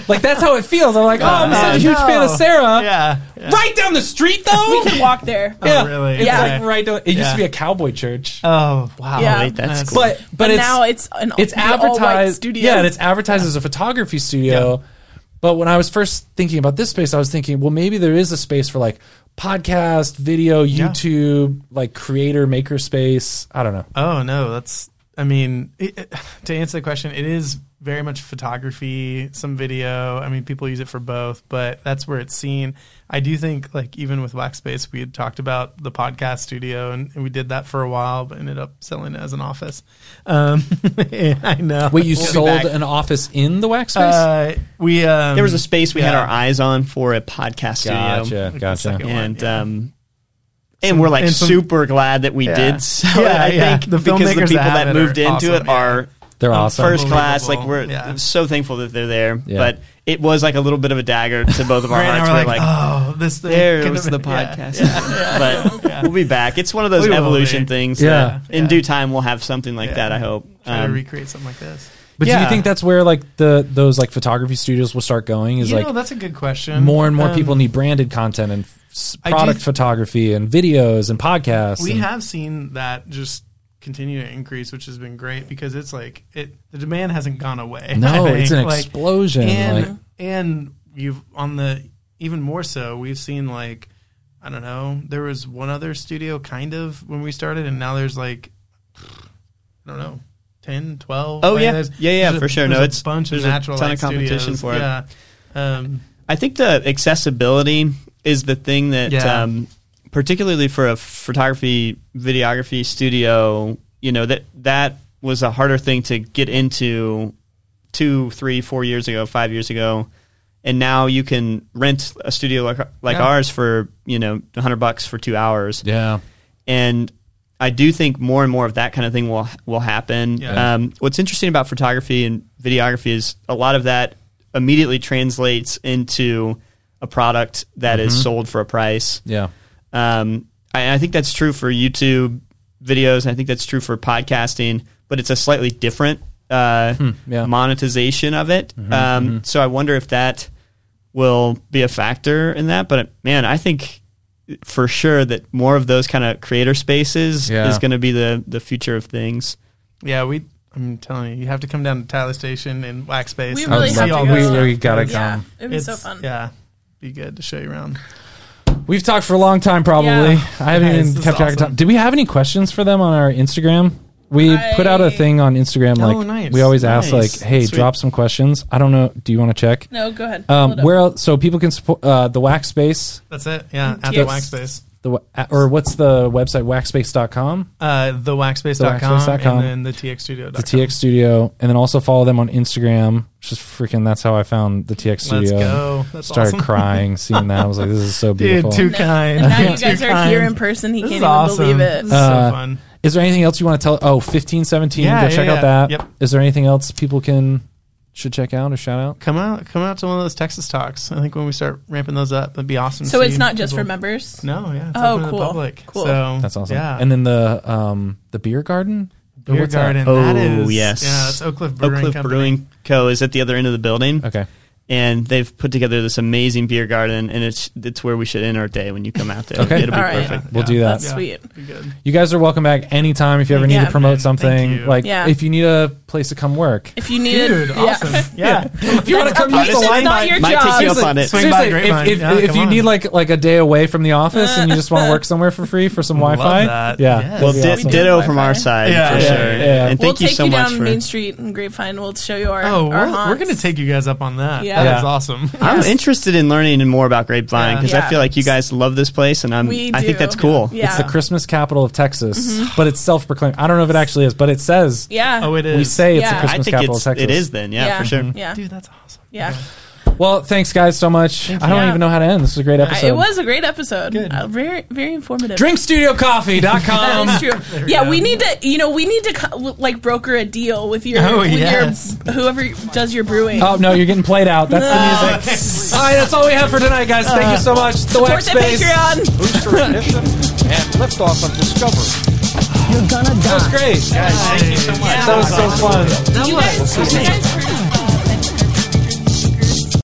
Like that's how it feels. I'm like, oh, I'm such a huge no. fan of Sarah. Yeah. yeah. Right down the street though. we can walk there. yeah, Oh, really? It's Yeah. like right down. It used Yeah. to be a cowboy church, Oh wow. Yeah. Wait, that's That's- cool. but but, But it's, now it's an it's an all-white advertised. studio. Yeah, and it's advertised as a photography studio. But when I was first thinking about this space, I was thinking, well, maybe there is a space for like Uh, podcast, video, YouTube, like creator maker space. I don't know. Oh no, that's I mean, it, it- to answer the question, it is very much photography, some video. I mean, people use it for both, but that's where it's seen. I do think, like, even with Blackspace, we had talked about the podcast studio, and, and we did that for a while, but ended up selling it as an office. Um, I know. Wait, you We'll be sold back. an office in the wax space? Uh, we um, There was a space we had yeah. our eyes on for a podcast studio. gotcha, gotcha. second and um, and we're like and some- super glad that we Yeah. did. So Yeah, I yeah. think The because the filmmakers people that have that, it are moved into awesome, it yeah. are um, They're awesome. first class. Like we're Unbelievable. Yeah. so thankful that they're there. Yeah. But it was like a little bit of a dagger to both of our Grant and I hearts. were We're like, like, oh, this thing there could've was the been- yeah. podcast. But we'll be back. It's one of those We will evolution be. things. Yeah. Yeah. in Yeah. due time, we'll have something like Yeah. that. I hope. Try Um, to recreate something like this. But do you Yeah. think that's where like the those like photography studios will start going? Is You like know, that's a good question. more and more Um, people need branded content and s- I do product th- photography and videos and podcasts. We and- have seen that just continue to increase, which has been great because it's like it the demand hasn't gone away. No, I it's think. an explosion, And like- and you've on the even more so we've seen like I don't know there was one other studio kind of when we started, and now there's like I don't know. 10, 12. Oh, like, yeah. there's- Yeah, yeah, there's a- for sure. there's No, a it's- bunch of there's a natural ton light of competition studios. for it. Yeah. Um, I think the accessibility is the thing that, Yeah. um, particularly for a photography videography studio, you know that that was a harder thing to get into two, three, four years ago, five years ago, and now you can rent a studio like like Yeah. ours for you know hundred bucks for two hours, yeah, and I do think more and more of that kind of thing will will happen. Yeah. Um, what's interesting about photography and videography is a lot of that immediately translates into a product that Mm-hmm. is sold for a price. yeah, Um, I, I think that's true for YouTube videos. And I think that's true for podcasting, but it's a slightly different uh, Hmm, yeah. Mm-hmm, monetization of it. um, So I wonder if that will be a factor in that. But man, I think for sure that more of those kind of creator spaces Yeah. is going to be the the future of things. yeah, we. I'm telling you, you have to come down to Tyler Station and Wax Space. We and really see have to all go. this We- we stuff. gotta Yeah, come. it'd be so It's- fun. Yeah, be good to show you around. We've talked for a long time, probably. Yeah. I haven't Yeah, this even is kept track of awesome. time. Did we have any questions for them on our Instagram? We put out a I- thing on Instagram. Oh, like nice. we always ask, Nice. like, "Hey, Sweet. drop some questions." I don't know. Do you want to check? No, go ahead. Um, Hold up. where else? So people can support uh, the Wax Space. That's it. Yeah, at the Yes. Wax Space. The wa- or what's the website? Waxspace.com, Uh, the TheWaxSpace.com. waxspace.com and then the txstudio.com. the TX Studio, and then also follow them on Instagram. Just freaking. That's how I found the TX Let's Studio. go. That's Started awesome. crying seeing that. I was like, "This is so beautiful." Dude, too kind. And now you guys Too are kind. here in person. He This can't is even awesome. believe This it. is so Uh, fun. Is there anything else you want to tell? Oh, 15, 17. Yeah, go yeah, check yeah. out that. Yep. Is there anything else people can should check out or shout out? Come out, come out to one of those Texas talks. I think when we start ramping those up, that'd be awesome. to so it's see not just for people. members. No, yeah. It's Oh, open to cool. The public. Cool. So, That's awesome. Yeah. And then the um the beer garden. Or Beer what's that? Garden. Oh, that is, yes. Yeah, that's Oak Cliff Oak Brewing Cliff Company. Brewing Co. is at the other end of the building. Oh, Okay. And they've put together this amazing beer garden, and it's it's where we should end our day when you come out there. Okay. it'll be All right. perfect. We'll do that. That's Yeah. sweet. Be good. You guys are welcome back anytime if you ever need Yeah, to promote man. something. Thank you. Like Yeah. if you need a place to come work. If you need Dude, it, awesome. yeah. Yeah, If you want to come use the It's wine, not your might take you job. up on it. Seriously. Swing by Seriously, Grapevine. if, if, Yeah, if come you on. need like like a day away from the office and you just want to work somewhere for free for some Wi Love Fi, that. yeah, Yes. that'd Well, be di- awesome. ditto from our side Yeah, for yeah, sure. yeah. And we'll thank you take so you much down for. Main Street and Grapevine. We'll show you our. our Oh, we're, we're haunts. going to take you guys up on that. Yeah. That is Yeah. awesome. I'm Yes. interested in learning more about Grapevine Yeah. because Yeah. I feel like you guys love this place, and I'm. We I think do. that's cool. Yeah. It's the Christmas capital of Texas, but it's self proclaimed. I don't know if it actually is, but it says Yeah. Oh, it is. we say it's the Yeah. Christmas I think capital it's, of Texas. it is then. Yeah, for sure. Yeah. Dude, that's awesome. Yeah. Well, thanks guys so much. I don't Yeah. even know how to end. This was a great I- episode. it was a great episode. Good. Uh, very, very informative. Drinkstudiocoffee.com. That is true. we Yeah, go. we need to. You know, we need to co- like broker a deal with your, Oh, with yes. your whoever does your brewing. Oh no, you're getting played out. That's the music. All right, that's all we have for tonight, guys. Thank you so much. The Support Wax the Space. Patreon. Booster Edition and liftoff of Discovery. That was great. Thank you so much. That was so fun. You guys, you guys heard